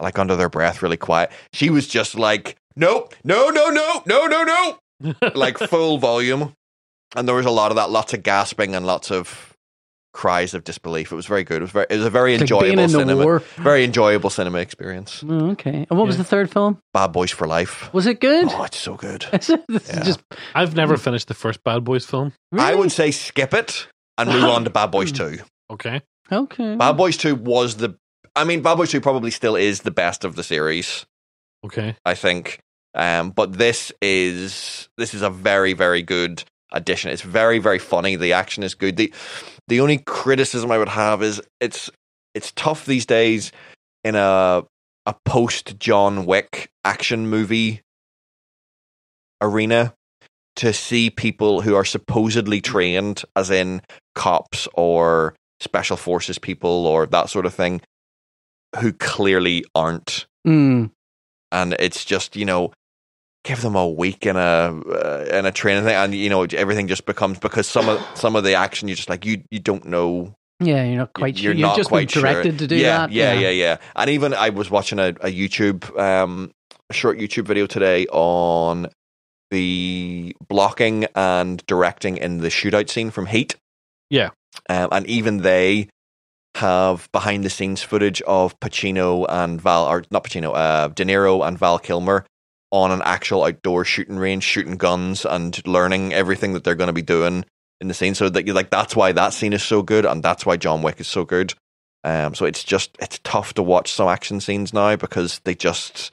[SPEAKER 6] like under their breath, really quiet. She was just like, "Nope, no, no, no, no, no, no." like full volume. And there was a lot of that, lots of gasping and lots of cries of disbelief. It was very good. It was very, it was a very
[SPEAKER 2] It's like
[SPEAKER 6] enjoyable
[SPEAKER 2] being in the
[SPEAKER 6] cinema,
[SPEAKER 2] war.
[SPEAKER 6] very enjoyable cinema experience.
[SPEAKER 2] Oh, okay. And what was
[SPEAKER 3] Yeah.
[SPEAKER 2] the third film?
[SPEAKER 6] Bad Boys for Life.
[SPEAKER 2] Was it good?
[SPEAKER 6] Oh, it's so good.
[SPEAKER 2] this
[SPEAKER 6] Yeah.
[SPEAKER 2] is just
[SPEAKER 3] I've
[SPEAKER 2] Mm.
[SPEAKER 3] never finished the first Bad Boys film.
[SPEAKER 6] I
[SPEAKER 2] really? Hmm.
[SPEAKER 6] would say skip it and move on to Bad Boys Two.
[SPEAKER 3] Okay,
[SPEAKER 2] okay.
[SPEAKER 6] Bad Boys Two was the, I mean, Bad Boys Two probably still is the best of the series.
[SPEAKER 3] okay.
[SPEAKER 6] I think. Um, but this is this is a very very good addition. It's very very funny. The action is good. the The only criticism I would have is it's it's tough these days in a a post John Wick action movie arena to see people who are supposedly trained, as in cops or special forces people or that sort of thing, who clearly aren't
[SPEAKER 2] Mm.
[SPEAKER 6] and it's just you know give them a week in a uh, in a training thing and you know everything just becomes because some of some of the action you're just like you you don't know
[SPEAKER 2] Yeah, you're not quite sure.
[SPEAKER 6] you're
[SPEAKER 2] You've
[SPEAKER 6] not
[SPEAKER 2] just
[SPEAKER 6] quite
[SPEAKER 2] been directed
[SPEAKER 6] sure.
[SPEAKER 2] to do
[SPEAKER 6] yeah,
[SPEAKER 2] that.
[SPEAKER 6] yeah yeah yeah and even I was watching a, a YouTube um a short YouTube video today on the blocking and directing in the shootout scene from Heat
[SPEAKER 3] Yeah.
[SPEAKER 6] um, and even they have behind the scenes footage of Pacino and Val, or not Pacino, uh, De Niro and Val Kilmer on an actual outdoor shooting range, shooting guns and learning everything that they're going to be doing in the scene. So that like that's why that scene is so good, and that's why John Wick is so good. Um, so it's just it's tough to watch some action scenes now because they just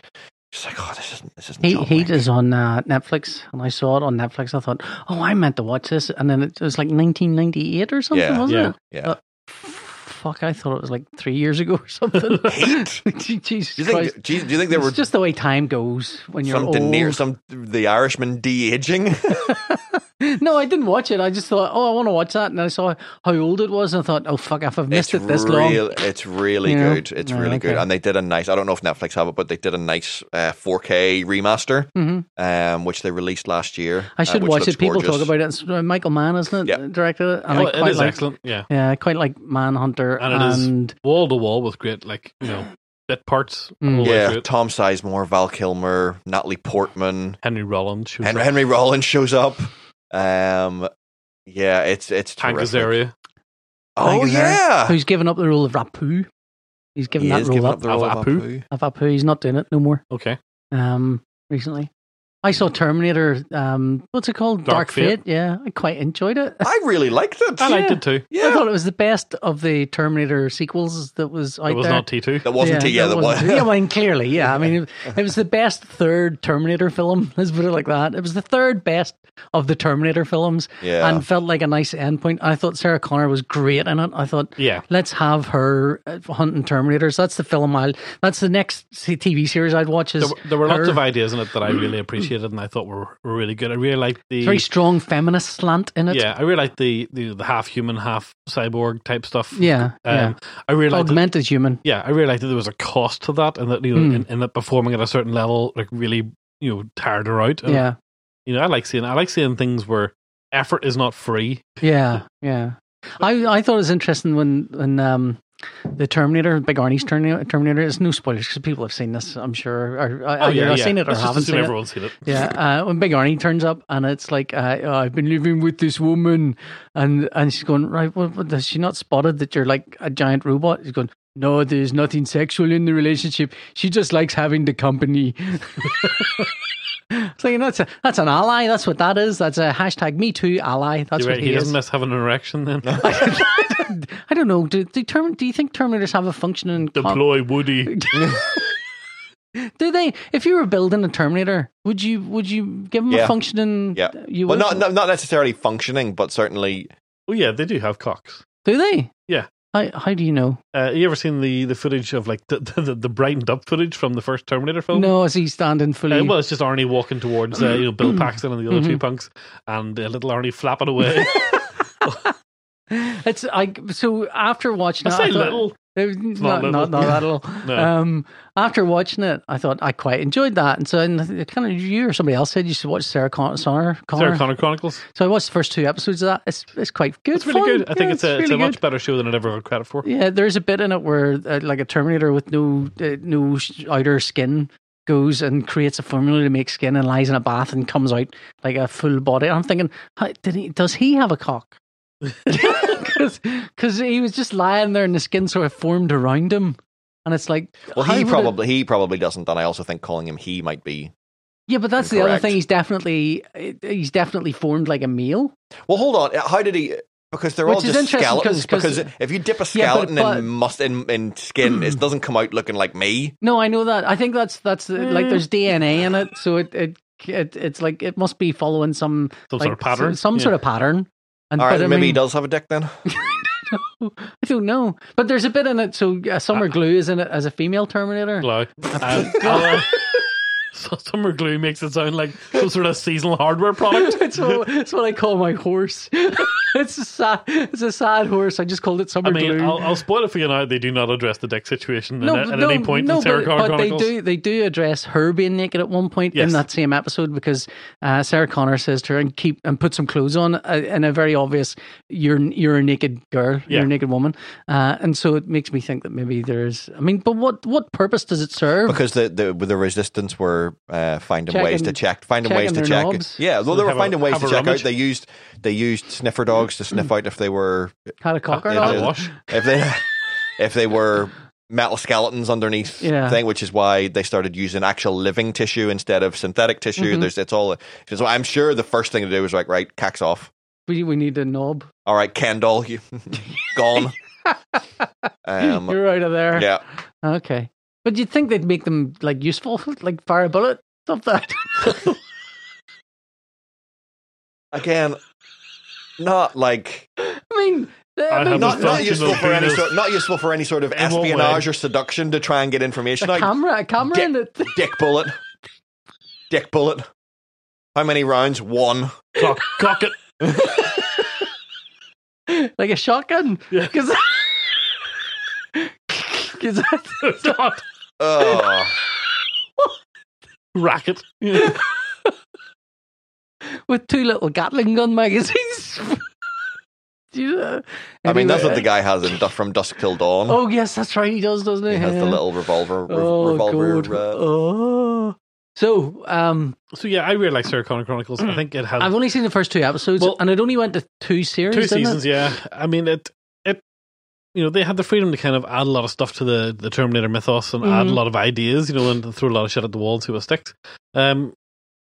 [SPEAKER 6] She's like, oh, this isn't this isn't.
[SPEAKER 2] Heat,
[SPEAKER 6] John
[SPEAKER 2] Heat
[SPEAKER 6] Wick."
[SPEAKER 2] is on uh, Netflix, and I saw it on Netflix. I thought, oh, I meant to watch this, and then it was like 1998 or something,
[SPEAKER 6] Yeah,
[SPEAKER 2] wasn't
[SPEAKER 3] yeah.
[SPEAKER 2] it?
[SPEAKER 6] Yeah.
[SPEAKER 2] Uh, fuck, I thought it was like three years ago or something.
[SPEAKER 6] Heat?
[SPEAKER 2] Jesus
[SPEAKER 6] Do you
[SPEAKER 2] Christ!
[SPEAKER 6] think? Do you, do you think there
[SPEAKER 2] it's
[SPEAKER 6] were
[SPEAKER 2] just the way time goes when you're
[SPEAKER 6] some De
[SPEAKER 2] old.
[SPEAKER 6] Niro, some the Irishman de aging?
[SPEAKER 2] no, I didn't watch it. I just thought, oh, I want to watch that, and I saw how old it was, and I thought, oh fuck, if I've missed it this long,
[SPEAKER 6] real, It's really
[SPEAKER 2] You know?
[SPEAKER 6] good. It's
[SPEAKER 2] Yeah,
[SPEAKER 6] really good.
[SPEAKER 2] okay.
[SPEAKER 6] And they did a nice. I don't know if Netflix have it, but they did a nice uh, 4K remaster,
[SPEAKER 2] Mhm.
[SPEAKER 6] um, which they released last year.
[SPEAKER 2] I should
[SPEAKER 6] uh, which
[SPEAKER 2] watch
[SPEAKER 6] looks
[SPEAKER 2] it. People
[SPEAKER 6] gorgeous.
[SPEAKER 2] talk about it. It's uh, Michael Mann, isn't it?
[SPEAKER 6] Yeah.
[SPEAKER 2] Directed it, and
[SPEAKER 3] Oh,
[SPEAKER 2] I
[SPEAKER 3] it
[SPEAKER 2] quite
[SPEAKER 3] is
[SPEAKER 2] like.
[SPEAKER 3] excellent. Yeah,
[SPEAKER 2] Yeah, I quite like Manhunter
[SPEAKER 3] And it is-
[SPEAKER 2] and
[SPEAKER 3] wall to wall with great like you know bit parts.
[SPEAKER 2] Mm.
[SPEAKER 3] all the way
[SPEAKER 6] Yeah,
[SPEAKER 3] through it.
[SPEAKER 6] Tom Sizemore, Val Kilmer, Natalie Portman,
[SPEAKER 3] Henry Rollins, shows
[SPEAKER 6] Henry,
[SPEAKER 3] up.
[SPEAKER 6] Henry Rollins shows up. Um, yeah, it's it's
[SPEAKER 3] Hank
[SPEAKER 6] terrific.
[SPEAKER 3] Azaria.
[SPEAKER 6] Oh
[SPEAKER 2] Hank Azaria,
[SPEAKER 6] yeah,
[SPEAKER 2] who's given up the role of Rapu. He's given
[SPEAKER 6] Ah.
[SPEAKER 2] that
[SPEAKER 6] He is
[SPEAKER 2] role
[SPEAKER 6] giving
[SPEAKER 2] up.
[SPEAKER 6] up the role of
[SPEAKER 3] Apu.
[SPEAKER 6] Apu.
[SPEAKER 2] of Apu. He's not doing it no more.
[SPEAKER 3] Okay,
[SPEAKER 2] Um, recently, I saw Terminator. Um, what's it called?
[SPEAKER 3] Dark Fate.
[SPEAKER 2] Yeah, I quite enjoyed it.
[SPEAKER 6] I really liked it.
[SPEAKER 3] I liked
[SPEAKER 2] Yeah.
[SPEAKER 3] it too.
[SPEAKER 2] I
[SPEAKER 6] yeah,
[SPEAKER 2] thought it was the best of the Terminator sequels that was out
[SPEAKER 3] It was
[SPEAKER 2] there.
[SPEAKER 3] not T two.
[SPEAKER 6] that wasn't. Yeah, that, was.
[SPEAKER 2] wasn't- yeah, I mean, clearly, yeah. I mean, it, it was the best third Terminator film. Let's put it like that. It was the third best of the Terminator films,
[SPEAKER 6] Yeah.
[SPEAKER 2] and felt like a nice endpoint. I thought Sarah Connor was great in it. I thought,
[SPEAKER 3] Yeah.
[SPEAKER 2] let's have her uh, hunting Terminators. That's the film I'll. That's the next se- TV series I'd watch. Is
[SPEAKER 3] There were, there were lots
[SPEAKER 2] her. Mm.
[SPEAKER 3] of ideas in it that I really appreciated and I thought were, were really good. I really liked the
[SPEAKER 2] very strong feminist slant in it.
[SPEAKER 3] yeah, I really liked the the, the half human, half cyborg type stuff.
[SPEAKER 2] yeah,
[SPEAKER 3] Um, I
[SPEAKER 2] yeah.
[SPEAKER 3] really liked that,
[SPEAKER 2] Augmented human.
[SPEAKER 3] yeah, I really liked that there was a cost to that, and that you know,
[SPEAKER 2] Mm.
[SPEAKER 3] and, and that performing at a certain level like really you know tired her out. And,
[SPEAKER 2] Yeah,
[SPEAKER 3] you know, I like seeing I like seeing things where effort is not free.
[SPEAKER 2] yeah, yeah. I I thought it was interesting when when um. The Terminator, Big Arnie's Terminator. Terminator it's no spoilers because people have seen this, I'm sure. Or, I either Oh, I've seen it or
[SPEAKER 3] Oh, Let's just
[SPEAKER 2] haven't
[SPEAKER 3] assume
[SPEAKER 2] seen it.
[SPEAKER 3] everyone's seen it.
[SPEAKER 2] Yeah, uh, when Big Arnie turns up and it's like, uh, oh, I've been living with this woman, and and she's going right. What, what has she not spotted that you're like a giant robot? She's going, no, there's nothing sexual in the relationship. She just likes having the company. So you know, that's a, that's an ally. That's what that is. That's a hashtag Me Too ally. That's
[SPEAKER 3] You're
[SPEAKER 2] what
[SPEAKER 3] right,
[SPEAKER 2] he,
[SPEAKER 3] he,
[SPEAKER 2] is.
[SPEAKER 3] doesn't miss having an erection then.
[SPEAKER 2] I don't know. Do do, term, do you think Terminators have a functioning? com-
[SPEAKER 3] Deploy Woody.
[SPEAKER 2] do they? If you were building a Terminator, would you would you give them
[SPEAKER 6] Yeah.
[SPEAKER 2] a functioning?
[SPEAKER 6] Yeah.
[SPEAKER 2] You
[SPEAKER 6] well,
[SPEAKER 2] would.
[SPEAKER 6] not, not not necessarily functioning, but certainly
[SPEAKER 3] Oh yeah, they do have cocks.
[SPEAKER 2] Do they?
[SPEAKER 3] Yeah.
[SPEAKER 2] How, how do you know?
[SPEAKER 3] Uh, you ever seen the, the footage of like the, the the brightened up footage from the first Terminator film?
[SPEAKER 2] No, is he standing fully?
[SPEAKER 3] Uh, well, it's just Arnie walking towards uh, you know Bill Paxton and the other two
[SPEAKER 2] Mhm.
[SPEAKER 3] punks, and uh, little Arnie flapping away.
[SPEAKER 2] it's I. So after watching,
[SPEAKER 3] I
[SPEAKER 2] it,
[SPEAKER 3] say
[SPEAKER 2] thought-
[SPEAKER 3] little.
[SPEAKER 2] It was not, not,
[SPEAKER 3] not little.
[SPEAKER 2] not that little.
[SPEAKER 3] No.
[SPEAKER 2] um, after watching it, I thought I quite enjoyed that, and so and kind of you or somebody else said you should watch Sarah Connor. Connor,
[SPEAKER 3] Sarah Connor Chronicles.
[SPEAKER 2] So I watched the first two episodes of that. It's it's quite good.
[SPEAKER 3] It's really
[SPEAKER 2] fun.
[SPEAKER 3] good. I think
[SPEAKER 2] Yeah,
[SPEAKER 3] it's, a, it's
[SPEAKER 2] really
[SPEAKER 3] a much
[SPEAKER 2] good.
[SPEAKER 3] better show than it ever got credit for.
[SPEAKER 2] Yeah, there's a bit in it where uh, like a Terminator with no uh, no sh- outer skin goes and creates a formula to make skin and lies in a bath and comes out like a full body. I'm thinking, "How- did he? Does he have a cock? Because he was just lying there and the skin sort of formed around him, and it's like,
[SPEAKER 6] well,
[SPEAKER 2] how
[SPEAKER 6] he
[SPEAKER 2] would it-
[SPEAKER 6] probably he probably doesn't, and I also think calling him he might be.
[SPEAKER 2] yeah, but that's the other
[SPEAKER 6] Incorrect.
[SPEAKER 2] thing. He's definitely uh, he's definitely formed like a male.
[SPEAKER 6] Well, hold on. How did he? Because they're
[SPEAKER 2] Which
[SPEAKER 6] all
[SPEAKER 2] is
[SPEAKER 6] just
[SPEAKER 2] interesting 'cause-
[SPEAKER 6] skeletons.
[SPEAKER 2] 'cause-
[SPEAKER 6] because if you dip a
[SPEAKER 2] Yeah, but-
[SPEAKER 6] skeleton
[SPEAKER 2] but-
[SPEAKER 6] in must in, in skin, it doesn't come out looking like me.
[SPEAKER 2] No, I know that. I think that's that's uh,
[SPEAKER 6] Mm.
[SPEAKER 2] like there's DNA in it, so it it. It, it's like it must be following some
[SPEAKER 3] Some
[SPEAKER 2] like,
[SPEAKER 3] sort of pattern.
[SPEAKER 2] s- some
[SPEAKER 3] Yeah.
[SPEAKER 2] sort of pattern. And
[SPEAKER 6] All right,
[SPEAKER 2] but I
[SPEAKER 6] maybe he
[SPEAKER 2] mean,
[SPEAKER 6] does have a dick then.
[SPEAKER 2] I don't know, but there's a bit in it. So uh, Summer Glue is in it as a female Terminator.
[SPEAKER 3] Hello. Uh, uh, so- Summer glue makes it sound like some sort of seasonal hardware product.
[SPEAKER 2] it's, what, it's what I call my horse. it's a sad, it's a sad horse. I just called it Summer
[SPEAKER 3] I mean,
[SPEAKER 2] Glue.
[SPEAKER 3] I'll, I'll spoil it for you now. They do not address the dick situation in,
[SPEAKER 2] but
[SPEAKER 3] at any point in Sarah
[SPEAKER 2] but,
[SPEAKER 3] Connor
[SPEAKER 2] but they
[SPEAKER 3] Chronicles.
[SPEAKER 2] do they do address her being naked at one point in
[SPEAKER 3] Yes.
[SPEAKER 2] that same episode because uh, Sarah Connor says to her and keep and put some clothes on uh, in a very obvious you're you're a naked girl you're
[SPEAKER 3] Yeah.
[SPEAKER 2] a naked woman uh, and so it makes me think that maybe there's I mean but what what purpose does it serve
[SPEAKER 6] Because the, the with the resistance were uh, finding ways to
[SPEAKER 2] Checking-
[SPEAKER 6] check, finding ways to
[SPEAKER 2] checking
[SPEAKER 6] check.
[SPEAKER 2] their knobs.
[SPEAKER 6] Yeah, well, they
[SPEAKER 3] they
[SPEAKER 6] were
[SPEAKER 3] have a-
[SPEAKER 6] finding ways
[SPEAKER 3] have
[SPEAKER 6] to
[SPEAKER 3] a
[SPEAKER 6] check out.
[SPEAKER 3] rummage.
[SPEAKER 6] They used they used sniffer dogs to sniff out if they were
[SPEAKER 2] had a cock or
[SPEAKER 6] Uh, Yeah,
[SPEAKER 3] Had
[SPEAKER 2] not
[SPEAKER 3] a
[SPEAKER 6] they-
[SPEAKER 3] wash.
[SPEAKER 6] if they if they were metal skeletons underneath
[SPEAKER 2] Yeah.
[SPEAKER 6] thing, which is why they started using actual living tissue instead of synthetic tissue.
[SPEAKER 2] Mhm.
[SPEAKER 6] There's it's all. So I'm sure the first thing to do was like, right, cacks off.
[SPEAKER 2] we we need a knob
[SPEAKER 6] All right, Kendall, you gone. um,
[SPEAKER 2] you're out of there
[SPEAKER 6] yeah,
[SPEAKER 2] okay But you'd think they'd make them like useful, like fire a bullet, stuff that.
[SPEAKER 6] Again, not like
[SPEAKER 2] I mean, they- I
[SPEAKER 3] I'd
[SPEAKER 2] mean
[SPEAKER 3] have
[SPEAKER 6] not,
[SPEAKER 3] Just
[SPEAKER 6] not
[SPEAKER 3] functional
[SPEAKER 6] useful for any
[SPEAKER 3] penis.
[SPEAKER 6] sort not useful for any sort of
[SPEAKER 3] In what way?
[SPEAKER 6] espionage or seduction to try and get information
[SPEAKER 2] a
[SPEAKER 6] out.
[SPEAKER 2] camera, a camera in it.
[SPEAKER 6] Dick bullet. Dick bullet. How many rounds? One.
[SPEAKER 3] Cock, cock it.
[SPEAKER 2] like a shotgun.
[SPEAKER 3] Yeah.
[SPEAKER 2] Because
[SPEAKER 3] Cock.
[SPEAKER 6] Oh.
[SPEAKER 3] Rack it. Yeah.
[SPEAKER 2] with two little Gatling gun magazines. Do you know?
[SPEAKER 6] I mean, that's
[SPEAKER 2] Anyway,
[SPEAKER 6] what the guy has in Du- from Dusk Till Dawn.
[SPEAKER 2] Oh yes, that's right. He does, doesn't he?
[SPEAKER 6] he has the
[SPEAKER 2] Yeah.
[SPEAKER 6] little revolver. Re-
[SPEAKER 2] oh, God.
[SPEAKER 6] revolver. Uh,
[SPEAKER 2] oh. So, um,
[SPEAKER 3] So yeah, I really like Sarah Connor Chronicles.
[SPEAKER 2] Mm.
[SPEAKER 3] I think it
[SPEAKER 6] Um,
[SPEAKER 3] has
[SPEAKER 2] I've only seen the first two episodes,
[SPEAKER 3] Well-
[SPEAKER 2] and it only went to two series.
[SPEAKER 3] two
[SPEAKER 2] didn't it?
[SPEAKER 3] seasons. Yeah, I mean it. It you know they had the freedom to kind of add a lot of stuff to the the Terminator mythos and add a
[SPEAKER 2] Mhm.
[SPEAKER 3] lot of ideas. You know, and throw a lot of shit at the wall and see what sticks. Um,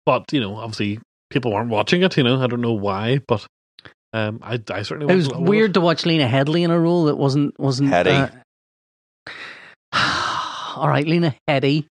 [SPEAKER 3] but you know, obviously people weren't watching it. You know, I don't know why, but um, I I certainly
[SPEAKER 2] It was
[SPEAKER 3] wasn't-
[SPEAKER 2] weird to watch Lena Headley in a role that wasn't wasn't.
[SPEAKER 6] Heady.
[SPEAKER 2] uh, all right, Lena Headey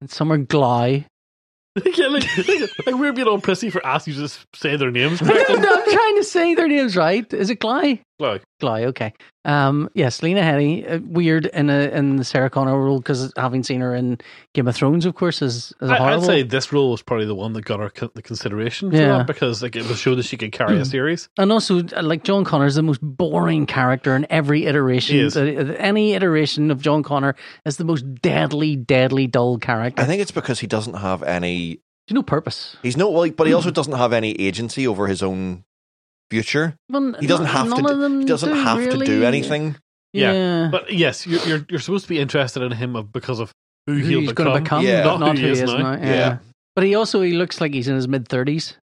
[SPEAKER 2] and Summer Gly.
[SPEAKER 3] yeah, like, like, like we're being all prissy for asking you to just say their names.
[SPEAKER 2] I
[SPEAKER 3] correctly.
[SPEAKER 2] don't know. I'm trying to say their names right. Is it Gly?
[SPEAKER 3] like,
[SPEAKER 2] Gly. Okay. Um. Yes, Lena Headey. Uh, weird in a in the Sarah Connor role because having seen her in Game of Thrones, of course, is, is a
[SPEAKER 3] I, I'd
[SPEAKER 2] horrible.
[SPEAKER 3] say this role was probably the one that got her con- the consideration for
[SPEAKER 2] Yeah.
[SPEAKER 3] that because like it was shown that she could carry a series.
[SPEAKER 2] and also uh, like John Connor is the most boring character in every iteration.
[SPEAKER 3] He is.
[SPEAKER 2] Uh, Any iteration of John Connor is the most deadly, deadly dull character.
[SPEAKER 6] I think it's because he doesn't have any.
[SPEAKER 2] There's no purpose.
[SPEAKER 6] He's no, well, but he also doesn't have any agency over his own future.
[SPEAKER 2] Well,
[SPEAKER 6] He doesn't
[SPEAKER 2] n-
[SPEAKER 6] have to.
[SPEAKER 2] none of
[SPEAKER 6] Do,
[SPEAKER 2] them
[SPEAKER 6] he doesn't
[SPEAKER 2] do,
[SPEAKER 6] have to do
[SPEAKER 2] Mm, really.
[SPEAKER 6] anything.
[SPEAKER 3] Yeah.
[SPEAKER 2] Yeah.
[SPEAKER 3] But yes, you're you're, you're supposed to be interested in him of- because of who,
[SPEAKER 2] who
[SPEAKER 3] he'll
[SPEAKER 2] he's
[SPEAKER 3] become.
[SPEAKER 2] going to become,
[SPEAKER 6] Yeah.
[SPEAKER 2] but not who he is now. Yeah.
[SPEAKER 6] Yeah.
[SPEAKER 2] But he also he looks like he's in his mid thirties,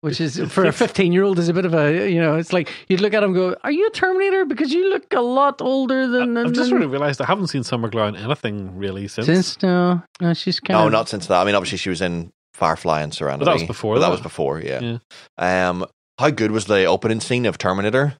[SPEAKER 2] which is for a fifteen year old is a bit of a you know it's like you'd look at him and go, "Are you a Terminator?" Because you look a lot older than.
[SPEAKER 3] I-
[SPEAKER 2] than
[SPEAKER 3] I've just really realised I haven't seen Summer Glau in anything really since.
[SPEAKER 2] since no, no, she's kind
[SPEAKER 6] No,
[SPEAKER 2] of
[SPEAKER 6] not since that. I mean, obviously she was in Firefly and Serenity.
[SPEAKER 3] But that was before
[SPEAKER 6] But that
[SPEAKER 3] that.
[SPEAKER 6] was before. Yeah. Um, how good was the opening scene of Terminator?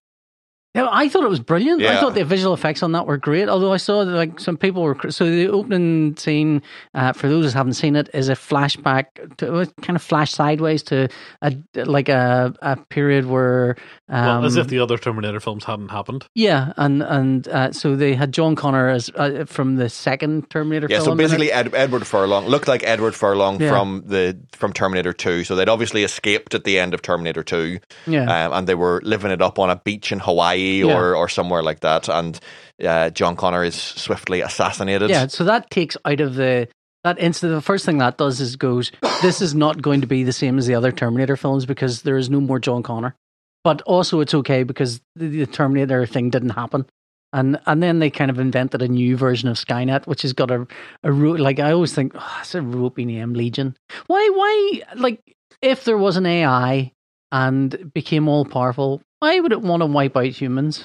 [SPEAKER 2] Yeah, I thought it was brilliant. I
[SPEAKER 6] Yeah.
[SPEAKER 2] thought the visual effects on that were great. Although I saw that, like some people were cr- so the opening scene uh, for those who haven't seen it is a flashback, to, it kind of flash sideways to a like a, a period where um,
[SPEAKER 3] well, as if the other Terminator films hadn't happened.
[SPEAKER 2] yeah, and and uh, so they had John Connor as uh, from the second Terminator
[SPEAKER 6] Yeah,
[SPEAKER 2] film.
[SPEAKER 6] so
[SPEAKER 2] in it.
[SPEAKER 6] basically Ed, Edward Furlong looked like Edward Furlong
[SPEAKER 2] Yeah.
[SPEAKER 6] from the from Terminator 2. So they'd obviously escaped at the end of Terminator 2.
[SPEAKER 2] yeah.
[SPEAKER 6] um, and they were living it up on a beach in Hawaii
[SPEAKER 2] Yeah.
[SPEAKER 6] or, or somewhere like that. And uh, John Connor is swiftly assassinated.
[SPEAKER 2] Yeah, so that takes out of the that instant. The first thing that does is goes, this is not going to be the same as the other Terminator films because there is no more John Connor. But also, it's okay because the, the Terminator thing didn't happen. And and then they kind of invented a new version of Skynet, which has got a a ro- like I always think oh, it's a ropey name, Legion. Why why like if there was an AI and became all powerful, why would it want to wipe out humans?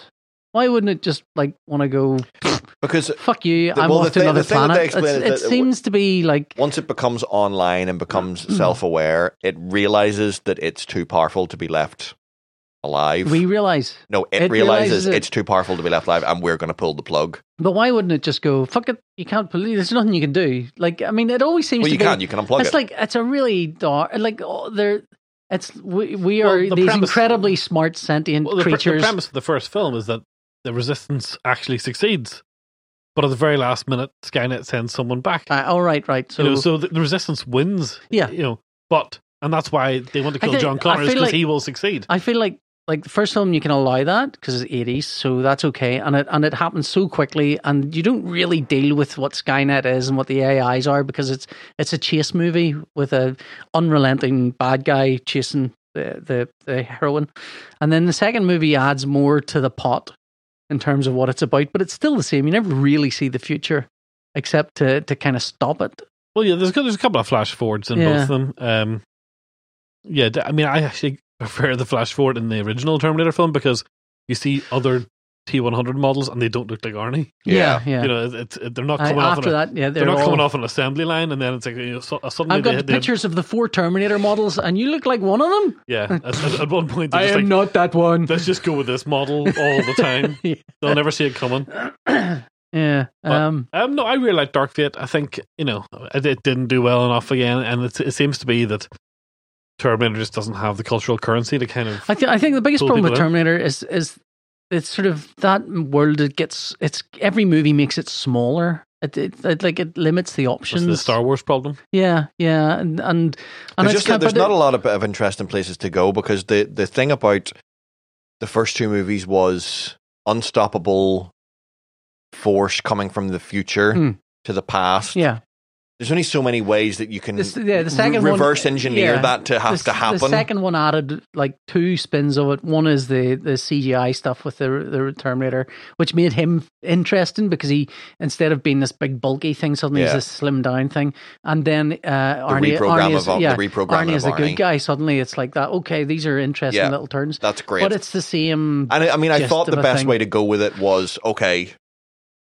[SPEAKER 2] Why wouldn't it just like want to go?
[SPEAKER 6] Because
[SPEAKER 2] fuck you,
[SPEAKER 6] The-
[SPEAKER 2] I'm
[SPEAKER 6] well,
[SPEAKER 2] off
[SPEAKER 6] the
[SPEAKER 2] to
[SPEAKER 6] thing-
[SPEAKER 2] another
[SPEAKER 6] the thing that
[SPEAKER 2] planet.
[SPEAKER 6] they explain
[SPEAKER 2] It's-
[SPEAKER 6] is
[SPEAKER 2] It,
[SPEAKER 6] that it w-
[SPEAKER 2] seems to be like,
[SPEAKER 6] once it becomes online
[SPEAKER 2] Mm-hmm.
[SPEAKER 6] and becomes self aware, it realizes that it's too powerful to be left alive.
[SPEAKER 2] we realize.
[SPEAKER 6] no, it,
[SPEAKER 2] it realizes
[SPEAKER 6] realizes,
[SPEAKER 2] it-
[SPEAKER 6] it's too powerful to be left alive and we're going to pull the plug.
[SPEAKER 2] But why wouldn't it just go, fuck it, you can't believe, there's nothing you can do. Like, I mean, it always seems
[SPEAKER 6] Well,
[SPEAKER 2] to
[SPEAKER 6] you
[SPEAKER 2] be.
[SPEAKER 6] can, you can unplug
[SPEAKER 2] it's
[SPEAKER 6] it.
[SPEAKER 2] like, it's a really dark, like, oh, there, it's, we, we
[SPEAKER 3] Well,
[SPEAKER 2] are
[SPEAKER 3] the
[SPEAKER 2] these
[SPEAKER 3] premise-
[SPEAKER 2] incredibly smart sentient
[SPEAKER 3] Well, the, pre- the
[SPEAKER 2] creatures.
[SPEAKER 3] premise of the first film is that the Resistance actually succeeds, but at the very last minute, Skynet sends someone back.
[SPEAKER 2] Uh, all right, right. So,
[SPEAKER 3] you know, so the, the Resistance wins.
[SPEAKER 2] Yeah.
[SPEAKER 3] you know, but and that's why they want to
[SPEAKER 2] I
[SPEAKER 3] kill
[SPEAKER 2] think-
[SPEAKER 3] John
[SPEAKER 2] I
[SPEAKER 3] Connor is
[SPEAKER 2] feel
[SPEAKER 3] because
[SPEAKER 2] like-
[SPEAKER 3] he will succeed.
[SPEAKER 2] I feel like like the first film you can allow that because it's eighties, so that's okay, and it and it happens so quickly, and you don't really deal with what Skynet is and what the AIs are because it's it's a chase movie with a unrelenting bad guy chasing the the, the heroine, and then the second movie adds more to the pot in terms of what it's about, but it's still the same. You never really see the future except to to kind of stop it.
[SPEAKER 3] Well, yeah, there's, there's a couple of flash forwards in
[SPEAKER 2] Yeah.
[SPEAKER 3] both of them. Um, yeah, d- I mean, I actually prefer the flash forward in the original Terminator film because you see other T100 models and they don't look like Arnie.
[SPEAKER 6] Yeah.
[SPEAKER 2] yeah. yeah.
[SPEAKER 3] You know, it's, it, they're not
[SPEAKER 2] I-
[SPEAKER 3] coming off.
[SPEAKER 2] after
[SPEAKER 3] on a,
[SPEAKER 2] that, yeah,
[SPEAKER 3] they're, not
[SPEAKER 2] all-
[SPEAKER 3] coming off an assembly line, and then it's like you know, so, uh, suddenly
[SPEAKER 2] I've got
[SPEAKER 3] they,
[SPEAKER 2] the
[SPEAKER 3] they-
[SPEAKER 2] pictures of the four Terminator models, and you look like one of them.
[SPEAKER 3] Yeah, at, at- at one point they're just like,
[SPEAKER 2] not that one.
[SPEAKER 3] let's just go with this model all the time.
[SPEAKER 2] Yeah.
[SPEAKER 3] They'll never see it coming.
[SPEAKER 2] Yeah.
[SPEAKER 3] But-
[SPEAKER 2] Um.
[SPEAKER 3] Um, no, I really like Dark Fate. I think you know it, it didn't do well enough again, and it, it seems to be that Terminator just doesn't have the cultural currency to kind of.
[SPEAKER 2] I think I think the biggest
[SPEAKER 3] Pull
[SPEAKER 2] problem with
[SPEAKER 3] people in.
[SPEAKER 2] Terminator is is it's sort of that world that gets it's every movie makes it smaller. It, it, it like it limits the
[SPEAKER 3] What's
[SPEAKER 2] options.
[SPEAKER 3] the Star Wars problem?
[SPEAKER 2] Yeah, yeah, and and, and
[SPEAKER 6] There's, just,
[SPEAKER 2] kind of-
[SPEAKER 6] there's
[SPEAKER 2] but
[SPEAKER 6] not a
[SPEAKER 2] it-
[SPEAKER 6] lot of, of interesting places to go because the, the thing about the first two movies was unstoppable force coming from the future
[SPEAKER 2] Hmm.
[SPEAKER 6] to the past.
[SPEAKER 2] Yeah,
[SPEAKER 6] There's only so many ways that you can
[SPEAKER 2] This- yeah, the second one-
[SPEAKER 6] reverse engineer
[SPEAKER 2] yeah.
[SPEAKER 6] that to have
[SPEAKER 2] The-
[SPEAKER 6] to happen.
[SPEAKER 2] The second one added like two spins of it. One is the the CGI stuff with the the Terminator, which made him interesting because he instead of being this big bulky thing, suddenly
[SPEAKER 6] Yeah.
[SPEAKER 2] he's this slim down thing. And then uh,
[SPEAKER 6] the
[SPEAKER 2] Arnie,
[SPEAKER 6] reprogram
[SPEAKER 2] Arnie is,
[SPEAKER 6] of
[SPEAKER 2] yeah,
[SPEAKER 6] the reprogramming
[SPEAKER 2] Arnie
[SPEAKER 6] of
[SPEAKER 2] is a good
[SPEAKER 6] Arnie.
[SPEAKER 2] guy. Suddenly, it's like that. Okay, these are interesting
[SPEAKER 6] Yeah.
[SPEAKER 2] little turns.
[SPEAKER 6] That's great.
[SPEAKER 2] But it's the same.
[SPEAKER 6] And I, I mean, I
[SPEAKER 2] gist
[SPEAKER 6] thought the
[SPEAKER 2] of a
[SPEAKER 6] best
[SPEAKER 2] thing.
[SPEAKER 6] way to go with it was okay,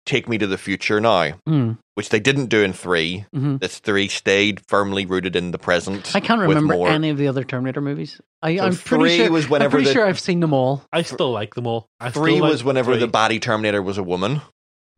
[SPEAKER 6] take me to the future now,
[SPEAKER 2] Hmm.
[SPEAKER 6] which they didn't do in 3
[SPEAKER 2] Mhm.
[SPEAKER 6] This three stayed firmly rooted in the present.
[SPEAKER 2] I can't
[SPEAKER 6] with
[SPEAKER 2] remember
[SPEAKER 6] more.
[SPEAKER 2] any of the other Terminator movies. I,
[SPEAKER 6] So
[SPEAKER 2] I'm pretty
[SPEAKER 6] three
[SPEAKER 2] sure.
[SPEAKER 6] was whenever
[SPEAKER 2] I'm pretty
[SPEAKER 6] the-
[SPEAKER 2] sure I've seen them all.
[SPEAKER 3] I still like them all. I still
[SPEAKER 6] Three
[SPEAKER 3] like
[SPEAKER 6] was whenever
[SPEAKER 3] three.
[SPEAKER 6] the baddie Terminator was a woman.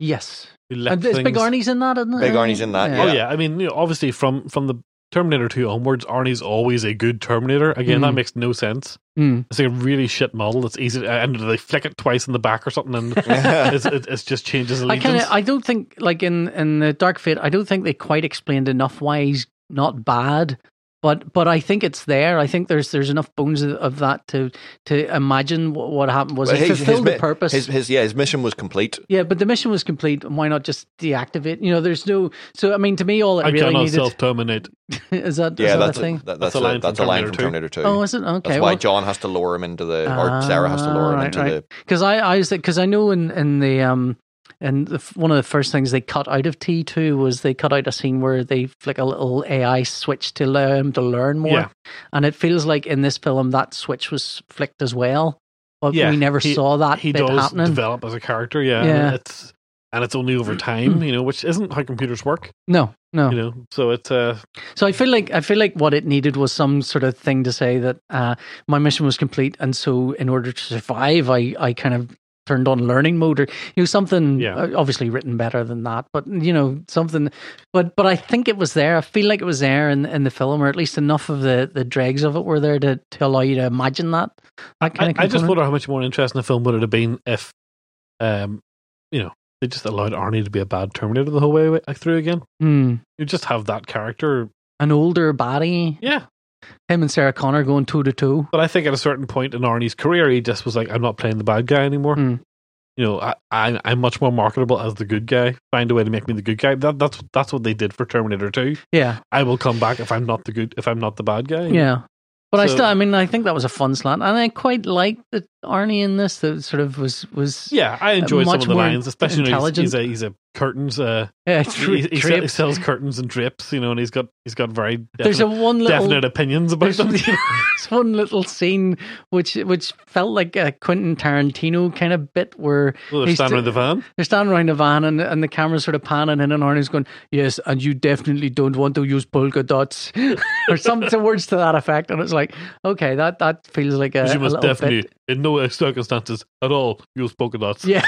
[SPEAKER 2] Yes,
[SPEAKER 3] who left
[SPEAKER 2] and there's Big
[SPEAKER 3] things-
[SPEAKER 2] Arnie's in that, isn't it?
[SPEAKER 6] Big Arnie's in that,
[SPEAKER 3] Oh
[SPEAKER 6] yeah.
[SPEAKER 3] yeah, I mean, you know, obviously from from the Terminator Two onwards, Arnie's always a good Terminator. Again, that
[SPEAKER 2] Mm.
[SPEAKER 3] makes no sense.
[SPEAKER 2] Hmm.
[SPEAKER 3] It's like a really shit model. That's easy, to, and they flick it twice in the back or something, and it's, it, it's just changes
[SPEAKER 2] I
[SPEAKER 3] allegiance.
[SPEAKER 2] kind of I don't think like in in the Dark Fate I don't think they quite explained enough why he's not bad. But but I think it's there. I think there's there's enough bones of, of that to to imagine what, what happened was
[SPEAKER 6] Well,
[SPEAKER 2] it
[SPEAKER 6] his- his
[SPEAKER 2] fulfilled the
[SPEAKER 6] mi-
[SPEAKER 2] purpose.
[SPEAKER 6] His, his yeah, his mission was complete.
[SPEAKER 2] yeah, but the mission was complete. and Why not just deactivate? You know, there's no. So I mean, to me, all it
[SPEAKER 3] I
[SPEAKER 2] really
[SPEAKER 3] cannot
[SPEAKER 2] needed
[SPEAKER 3] self terminate.
[SPEAKER 2] is that is
[SPEAKER 6] Yeah,
[SPEAKER 2] that
[SPEAKER 6] that's
[SPEAKER 2] a
[SPEAKER 6] a,
[SPEAKER 2] thing.
[SPEAKER 6] that- that's, a line, that's a line from Terminator Two.
[SPEAKER 2] oh, is it okay?
[SPEAKER 6] that's why
[SPEAKER 2] well-
[SPEAKER 6] John has to lure him into the, or Sarah has to lure him
[SPEAKER 2] Ah,
[SPEAKER 6] into
[SPEAKER 2] right,
[SPEAKER 6] the.
[SPEAKER 2] because I I was because I know in in the um and the, f- one of the first things they cut out of T two was they cut out a scene where they flick a little AI switch to allow him to learn more,
[SPEAKER 3] Yeah.
[SPEAKER 2] and it feels like in this film that switch was flicked as well, but
[SPEAKER 3] Yeah,
[SPEAKER 2] we never
[SPEAKER 3] he-
[SPEAKER 2] saw that
[SPEAKER 3] He
[SPEAKER 2] bit
[SPEAKER 3] does
[SPEAKER 2] happening.
[SPEAKER 3] develop as a character, yeah.
[SPEAKER 2] Yeah.
[SPEAKER 3] And it's and it's only over time, you know, which isn't how computers work,
[SPEAKER 2] no, no.
[SPEAKER 3] you know. So it's uh,
[SPEAKER 2] So I feel like I feel like what it needed was some sort of thing to say that uh, my mission was complete, and so in order to survive, I I kind of turned on learning mode or you know something
[SPEAKER 3] Yeah.
[SPEAKER 2] uh, obviously written better than that but you know something but but i think it was there i feel like it was there in, in the film or at least enough of the the dregs of it were there to, to allow you to imagine that that kind
[SPEAKER 3] I,
[SPEAKER 2] of
[SPEAKER 3] I just
[SPEAKER 2] component.
[SPEAKER 3] wonder how much more interesting the film would it have been if, um, you know, they just allowed Arnie to be a bad Terminator the whole way wa- through again.
[SPEAKER 2] Hmm.
[SPEAKER 3] You just have that character,
[SPEAKER 2] an older body
[SPEAKER 3] yeah.
[SPEAKER 2] him and sarah connor going two to two
[SPEAKER 3] But I think at a certain point in Arnie's career, he just was like, "I'm not playing the bad guy anymore."
[SPEAKER 2] Hmm.
[SPEAKER 3] You know, I, I, I'm much more marketable as the good guy. Find a way to make me the good guy. That, that's that's what they did for Terminator Two.
[SPEAKER 2] yeah
[SPEAKER 3] I will come back if I'm not the good, if I'm not the bad guy.
[SPEAKER 2] yeah but I
[SPEAKER 3] So-
[SPEAKER 2] still, I mean, I think that was a fun slant, and I quite liked that Arnie in this. That sort of was was
[SPEAKER 3] Yeah, I enjoy some
[SPEAKER 2] much
[SPEAKER 3] of the
[SPEAKER 2] more
[SPEAKER 3] lines, especially you know, he's, he's
[SPEAKER 2] intelligent.
[SPEAKER 3] a he's a curtains. Uh,
[SPEAKER 2] yeah,
[SPEAKER 3] he, he sell- he
[SPEAKER 2] draped.
[SPEAKER 3] sells curtains and drips, you know, and he's got he's got very definite,
[SPEAKER 2] There's a one little
[SPEAKER 3] definite opinions about
[SPEAKER 2] there's,
[SPEAKER 3] them. you know.
[SPEAKER 2] there's one little scene which which felt like a Quentin Tarantino kind of bit where
[SPEAKER 3] Well, they're
[SPEAKER 2] he's
[SPEAKER 3] standing in the
[SPEAKER 2] st-
[SPEAKER 3] van.
[SPEAKER 2] they're standing around the van and, and the camera's sort of panning in and Arnie's going, Yes, and you definitely don't want to use polka dots or some some words to that effect. And it's like, okay, that that feels like a, a
[SPEAKER 3] You must
[SPEAKER 2] little
[SPEAKER 3] definitely,
[SPEAKER 2] bit.
[SPEAKER 3] in no circumstances at all, use polka dots.
[SPEAKER 2] Yeah.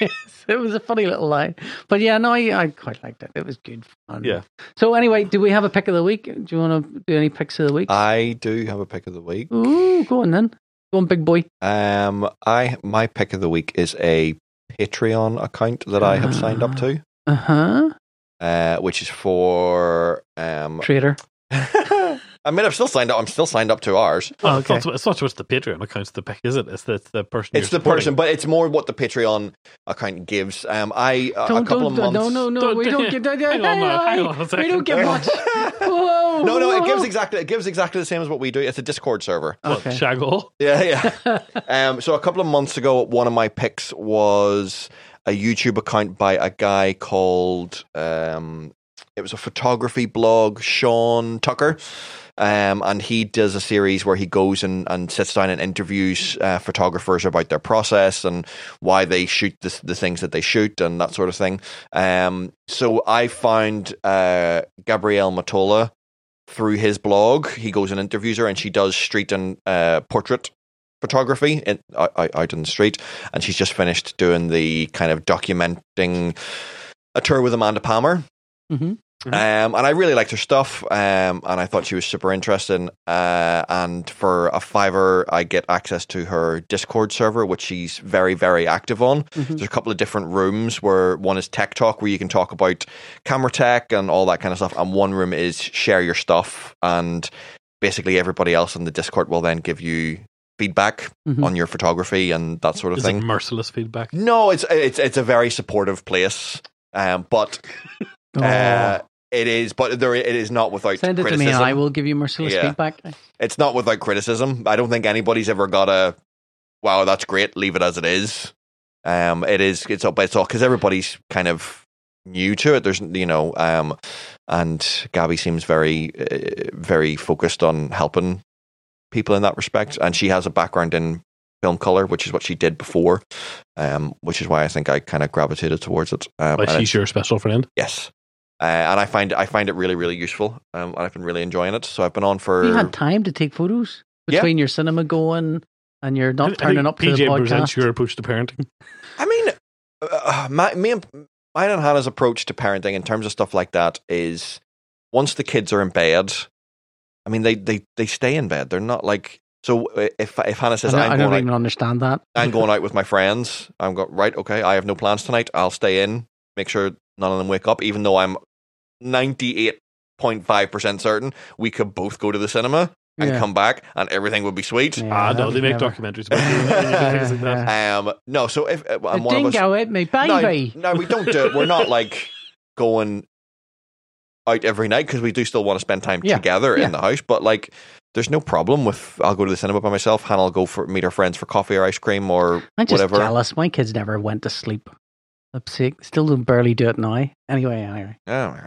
[SPEAKER 2] it was a funny little line. But yeah, no, I, I quite liked it. It was good fun.
[SPEAKER 3] Yeah.
[SPEAKER 2] So anyway, do we have a pick of the week? Do you want to do any picks of the week?
[SPEAKER 6] I do have a pick of the week.
[SPEAKER 2] Ooh, go on then. Go on, big boy.
[SPEAKER 6] Um, I my pick of the week is a Patreon account that I have signed up to,
[SPEAKER 2] Uh huh.
[SPEAKER 6] uh, which is for um.
[SPEAKER 2] Traitor.
[SPEAKER 6] I mean, I've still signed up. I'm still signed up to ours.
[SPEAKER 3] Well,
[SPEAKER 2] Oh,
[SPEAKER 3] it's, not,
[SPEAKER 2] okay.
[SPEAKER 3] so- it's not so much the Patreon account's the pick, is it? It's the, it's the person.
[SPEAKER 6] It's
[SPEAKER 3] you're
[SPEAKER 6] the person,
[SPEAKER 3] supporting.
[SPEAKER 6] but it's more what the Patreon account gives. Um, I a- a couple of
[SPEAKER 2] don't-
[SPEAKER 6] months.
[SPEAKER 2] No, no, no.
[SPEAKER 3] Don't-
[SPEAKER 2] we don't get that.
[SPEAKER 3] Hang on now, hang on a
[SPEAKER 2] we
[SPEAKER 3] second.
[SPEAKER 2] don't get much. Whoa.
[SPEAKER 6] No, no, it
[SPEAKER 2] whoa.
[SPEAKER 6] gives exactly it gives exactly the same as what we do. It's a Discord server.
[SPEAKER 3] What,
[SPEAKER 2] Okay.
[SPEAKER 3] Shaggle?
[SPEAKER 6] Yeah, yeah. um, so a couple of months ago, one of my picks was a YouTube account by a guy called um, it was a photography blog, Sean Tucker. Um, and he does a series where he goes and, and sits down and interviews uh, photographers about their process and why they shoot the, the things that they shoot and that sort of thing. Um, so I found uh, Gabrielle Matola through his blog. He goes and interviews her, and she does street and uh, portrait photography in, out, out out in the street, and she's just finished doing the kind of documenting a tour with Amanda Palmer.
[SPEAKER 3] Mm-hmm.
[SPEAKER 2] Mhm.
[SPEAKER 6] Um, and I really liked her stuff, um, and I thought she was super interesting. Uh, and for a fiver, I get access to her Discord server, which she's very, very active on.
[SPEAKER 2] Mhm.
[SPEAKER 3] Mm-hmm.
[SPEAKER 6] There's a couple of different rooms where one is tech talk, where you can talk about camera tech and all that kind of stuff, and one room is share your stuff, and basically everybody else in the Discord will then give you feedback
[SPEAKER 2] Mhm.
[SPEAKER 6] on your photography and that sort of
[SPEAKER 3] Mm-hmm. Is it
[SPEAKER 6] thing.
[SPEAKER 3] merciless feedback?
[SPEAKER 6] No, it's it's it's a very supportive place, um, but uh, it is, but there it is not without
[SPEAKER 2] Oh. Send it to
[SPEAKER 6] criticism.
[SPEAKER 2] me and I will give you merciless
[SPEAKER 6] Yeah.
[SPEAKER 2] feedback.
[SPEAKER 6] It's not without criticism. I don't think anybody's ever got a wow, that's great. Leave it as it is. Um, it is. It's all. but It's all because everybody's kind of new to it. There's you know, um, and Gabby seems very uh, very focused on helping people in that respect, and she has a background in film color, which is what she did before, um, which is why I think I kind of gravitated towards it. Um,
[SPEAKER 3] Like
[SPEAKER 6] and
[SPEAKER 3] she's your special friend.
[SPEAKER 6] Yes. Uh, and I find I find it really really useful, um, and I've been really enjoying it. So I've been on for
[SPEAKER 2] You had time to take photos
[SPEAKER 6] Yeah.
[SPEAKER 2] between your cinema going and you're
[SPEAKER 3] I
[SPEAKER 2] not
[SPEAKER 3] think
[SPEAKER 2] turning up to
[SPEAKER 3] PJ
[SPEAKER 2] the podcast.
[SPEAKER 3] presents your approach to parenting.
[SPEAKER 6] I mean, uh, my me and mine and Hannah's approach to parenting in terms of stuff like that is once the kids are in bed, I mean they they they stay in bed. They're not like so uh, if if Hannah
[SPEAKER 2] I
[SPEAKER 6] says
[SPEAKER 2] don't, I
[SPEAKER 6] I'm
[SPEAKER 2] don't
[SPEAKER 6] going out,
[SPEAKER 2] even understand that.
[SPEAKER 6] I'm going out with my friends, I'm going right okay. I have no plans tonight. I'll stay in, make sure none of them wake up, even though I'm ninety eight point five percent certain we could both go to the cinema and
[SPEAKER 2] Yeah.
[SPEAKER 6] come back and everything would be sweet.
[SPEAKER 2] Yeah,
[SPEAKER 3] ah, no,
[SPEAKER 2] that
[SPEAKER 3] they
[SPEAKER 2] would
[SPEAKER 3] make
[SPEAKER 2] never-
[SPEAKER 3] documentaries about you and things like that.
[SPEAKER 2] Yeah.
[SPEAKER 6] Um, no, so if uh,
[SPEAKER 2] The
[SPEAKER 6] I'm one of us,
[SPEAKER 2] dingo ate me, baby.
[SPEAKER 6] no, no, we don't do it. We're not like going out every night because we do still want to spend time
[SPEAKER 2] Yeah.
[SPEAKER 6] together
[SPEAKER 2] Yeah.
[SPEAKER 6] in the house. But like, there's no problem with I'll go to the cinema by myself. Hannah will go for meet her friends for coffee or ice cream or
[SPEAKER 2] I'm just
[SPEAKER 6] whatever.
[SPEAKER 2] jealous. My kids never went to sleep. I'm sick. Still don't barely do it now. Anyway, anyway.
[SPEAKER 6] Yeah.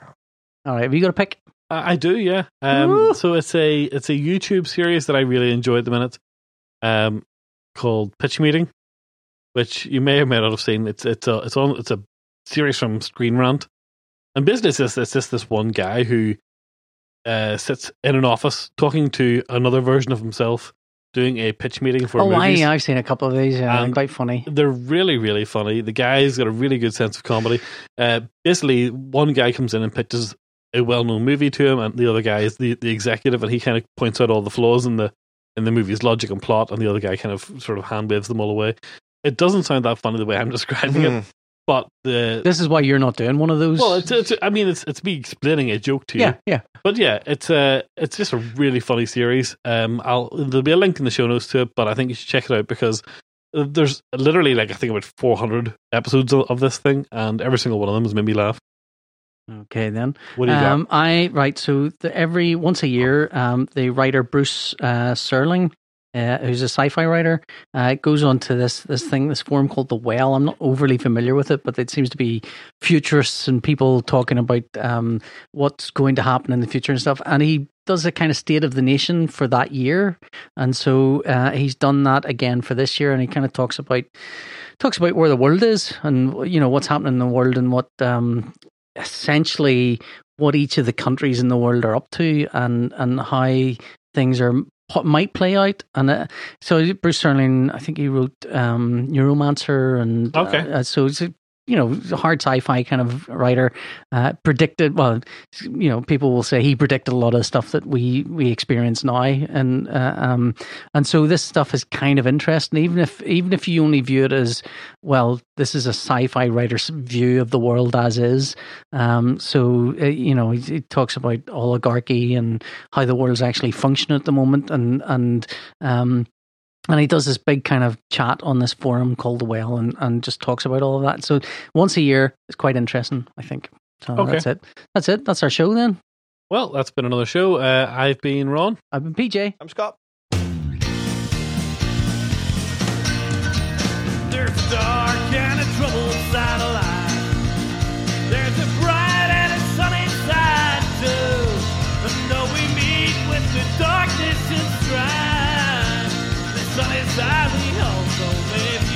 [SPEAKER 2] All right, have you got a pick?
[SPEAKER 3] I I do, yeah. Um,
[SPEAKER 2] Ooh.
[SPEAKER 3] so it's a it's a YouTube series that I really enjoy at the minute, um, called Pitch Meeting, which you may or may not have seen. It's it's a it's on it's a series from Screen Rant, and basically it's just, it's just this one guy who uh, sits in an office talking to another version of himself, doing a pitch meeting for
[SPEAKER 2] oh,
[SPEAKER 3] movies.
[SPEAKER 2] I, I've seen a couple of these. Yeah,
[SPEAKER 3] Um,
[SPEAKER 2] quite funny.
[SPEAKER 3] They're really, really funny. The guy's got a really good sense of comedy. Uh, basically, one guy comes in and pitches a well-known movie to him, and the other guy is the, the executive, and he kind of points out all the flaws in the in the movie's logic and plot, and the other guy kind of sort of hand waves them all away. It doesn't sound that funny the way I'm describing it,
[SPEAKER 6] Hmm.
[SPEAKER 3] but the
[SPEAKER 2] This is why you're not doing one of those.
[SPEAKER 3] well, it's, it's I mean, it's it's me explaining a joke to you,
[SPEAKER 2] yeah, yeah.
[SPEAKER 3] but yeah, it's uh it's just a really funny series. Um, I'll there'll be a link in the show notes to it, but I think you should check it out because there's literally like I think about 400 episodes of of this thing, and every single one of them has made me laugh.
[SPEAKER 2] Okay, then.
[SPEAKER 3] What do you got?
[SPEAKER 2] um, I right. So the, every once a year, um, the writer Bruce uh, Serling, uh, who's a sci-fi writer, uh, goes on to this this thing, this forum called the Well. I'm not overly familiar with it, but it seems to be futurists and people talking about um, what's going to happen in the future and stuff. And he does a kind of state of the nation for that year, and so uh, he's done that again for this year. And he kind of talks about talks about where the world is and you know what's happening in the world and what um, essentially what each of the countries in the world are up to and and how things are what might play out and uh, so Bruce Sterling I think he wrote um Neuromancer and uh,
[SPEAKER 3] Okay.
[SPEAKER 2] uh, so it's a, you know hard sci-fi kind of writer uh, predicted well you know people will say he predicted a lot of stuff that we we experience now and uh, um and so this stuff is kind of interesting even if even if you only view it as well this is a sci-fi writer's view of the world as is um, so uh, you know he, he talks about oligarchy and how the world's actually functioning at the moment, and and um, and he does this big kind of chat on this forum called the Well, and and just talks about all of that. So once a year, it's quite interesting, I think. So
[SPEAKER 3] Okay.
[SPEAKER 2] that's it. That's it. That's our show then.
[SPEAKER 3] well, that's been another show. Uh, I've been Ron.
[SPEAKER 2] I've been PJ.
[SPEAKER 6] I'm Scott.
[SPEAKER 4] There's a dark and a troubled side of life. There's a bright and a sunny side too. And though we meet with the darkness and strife, the sunny side we also live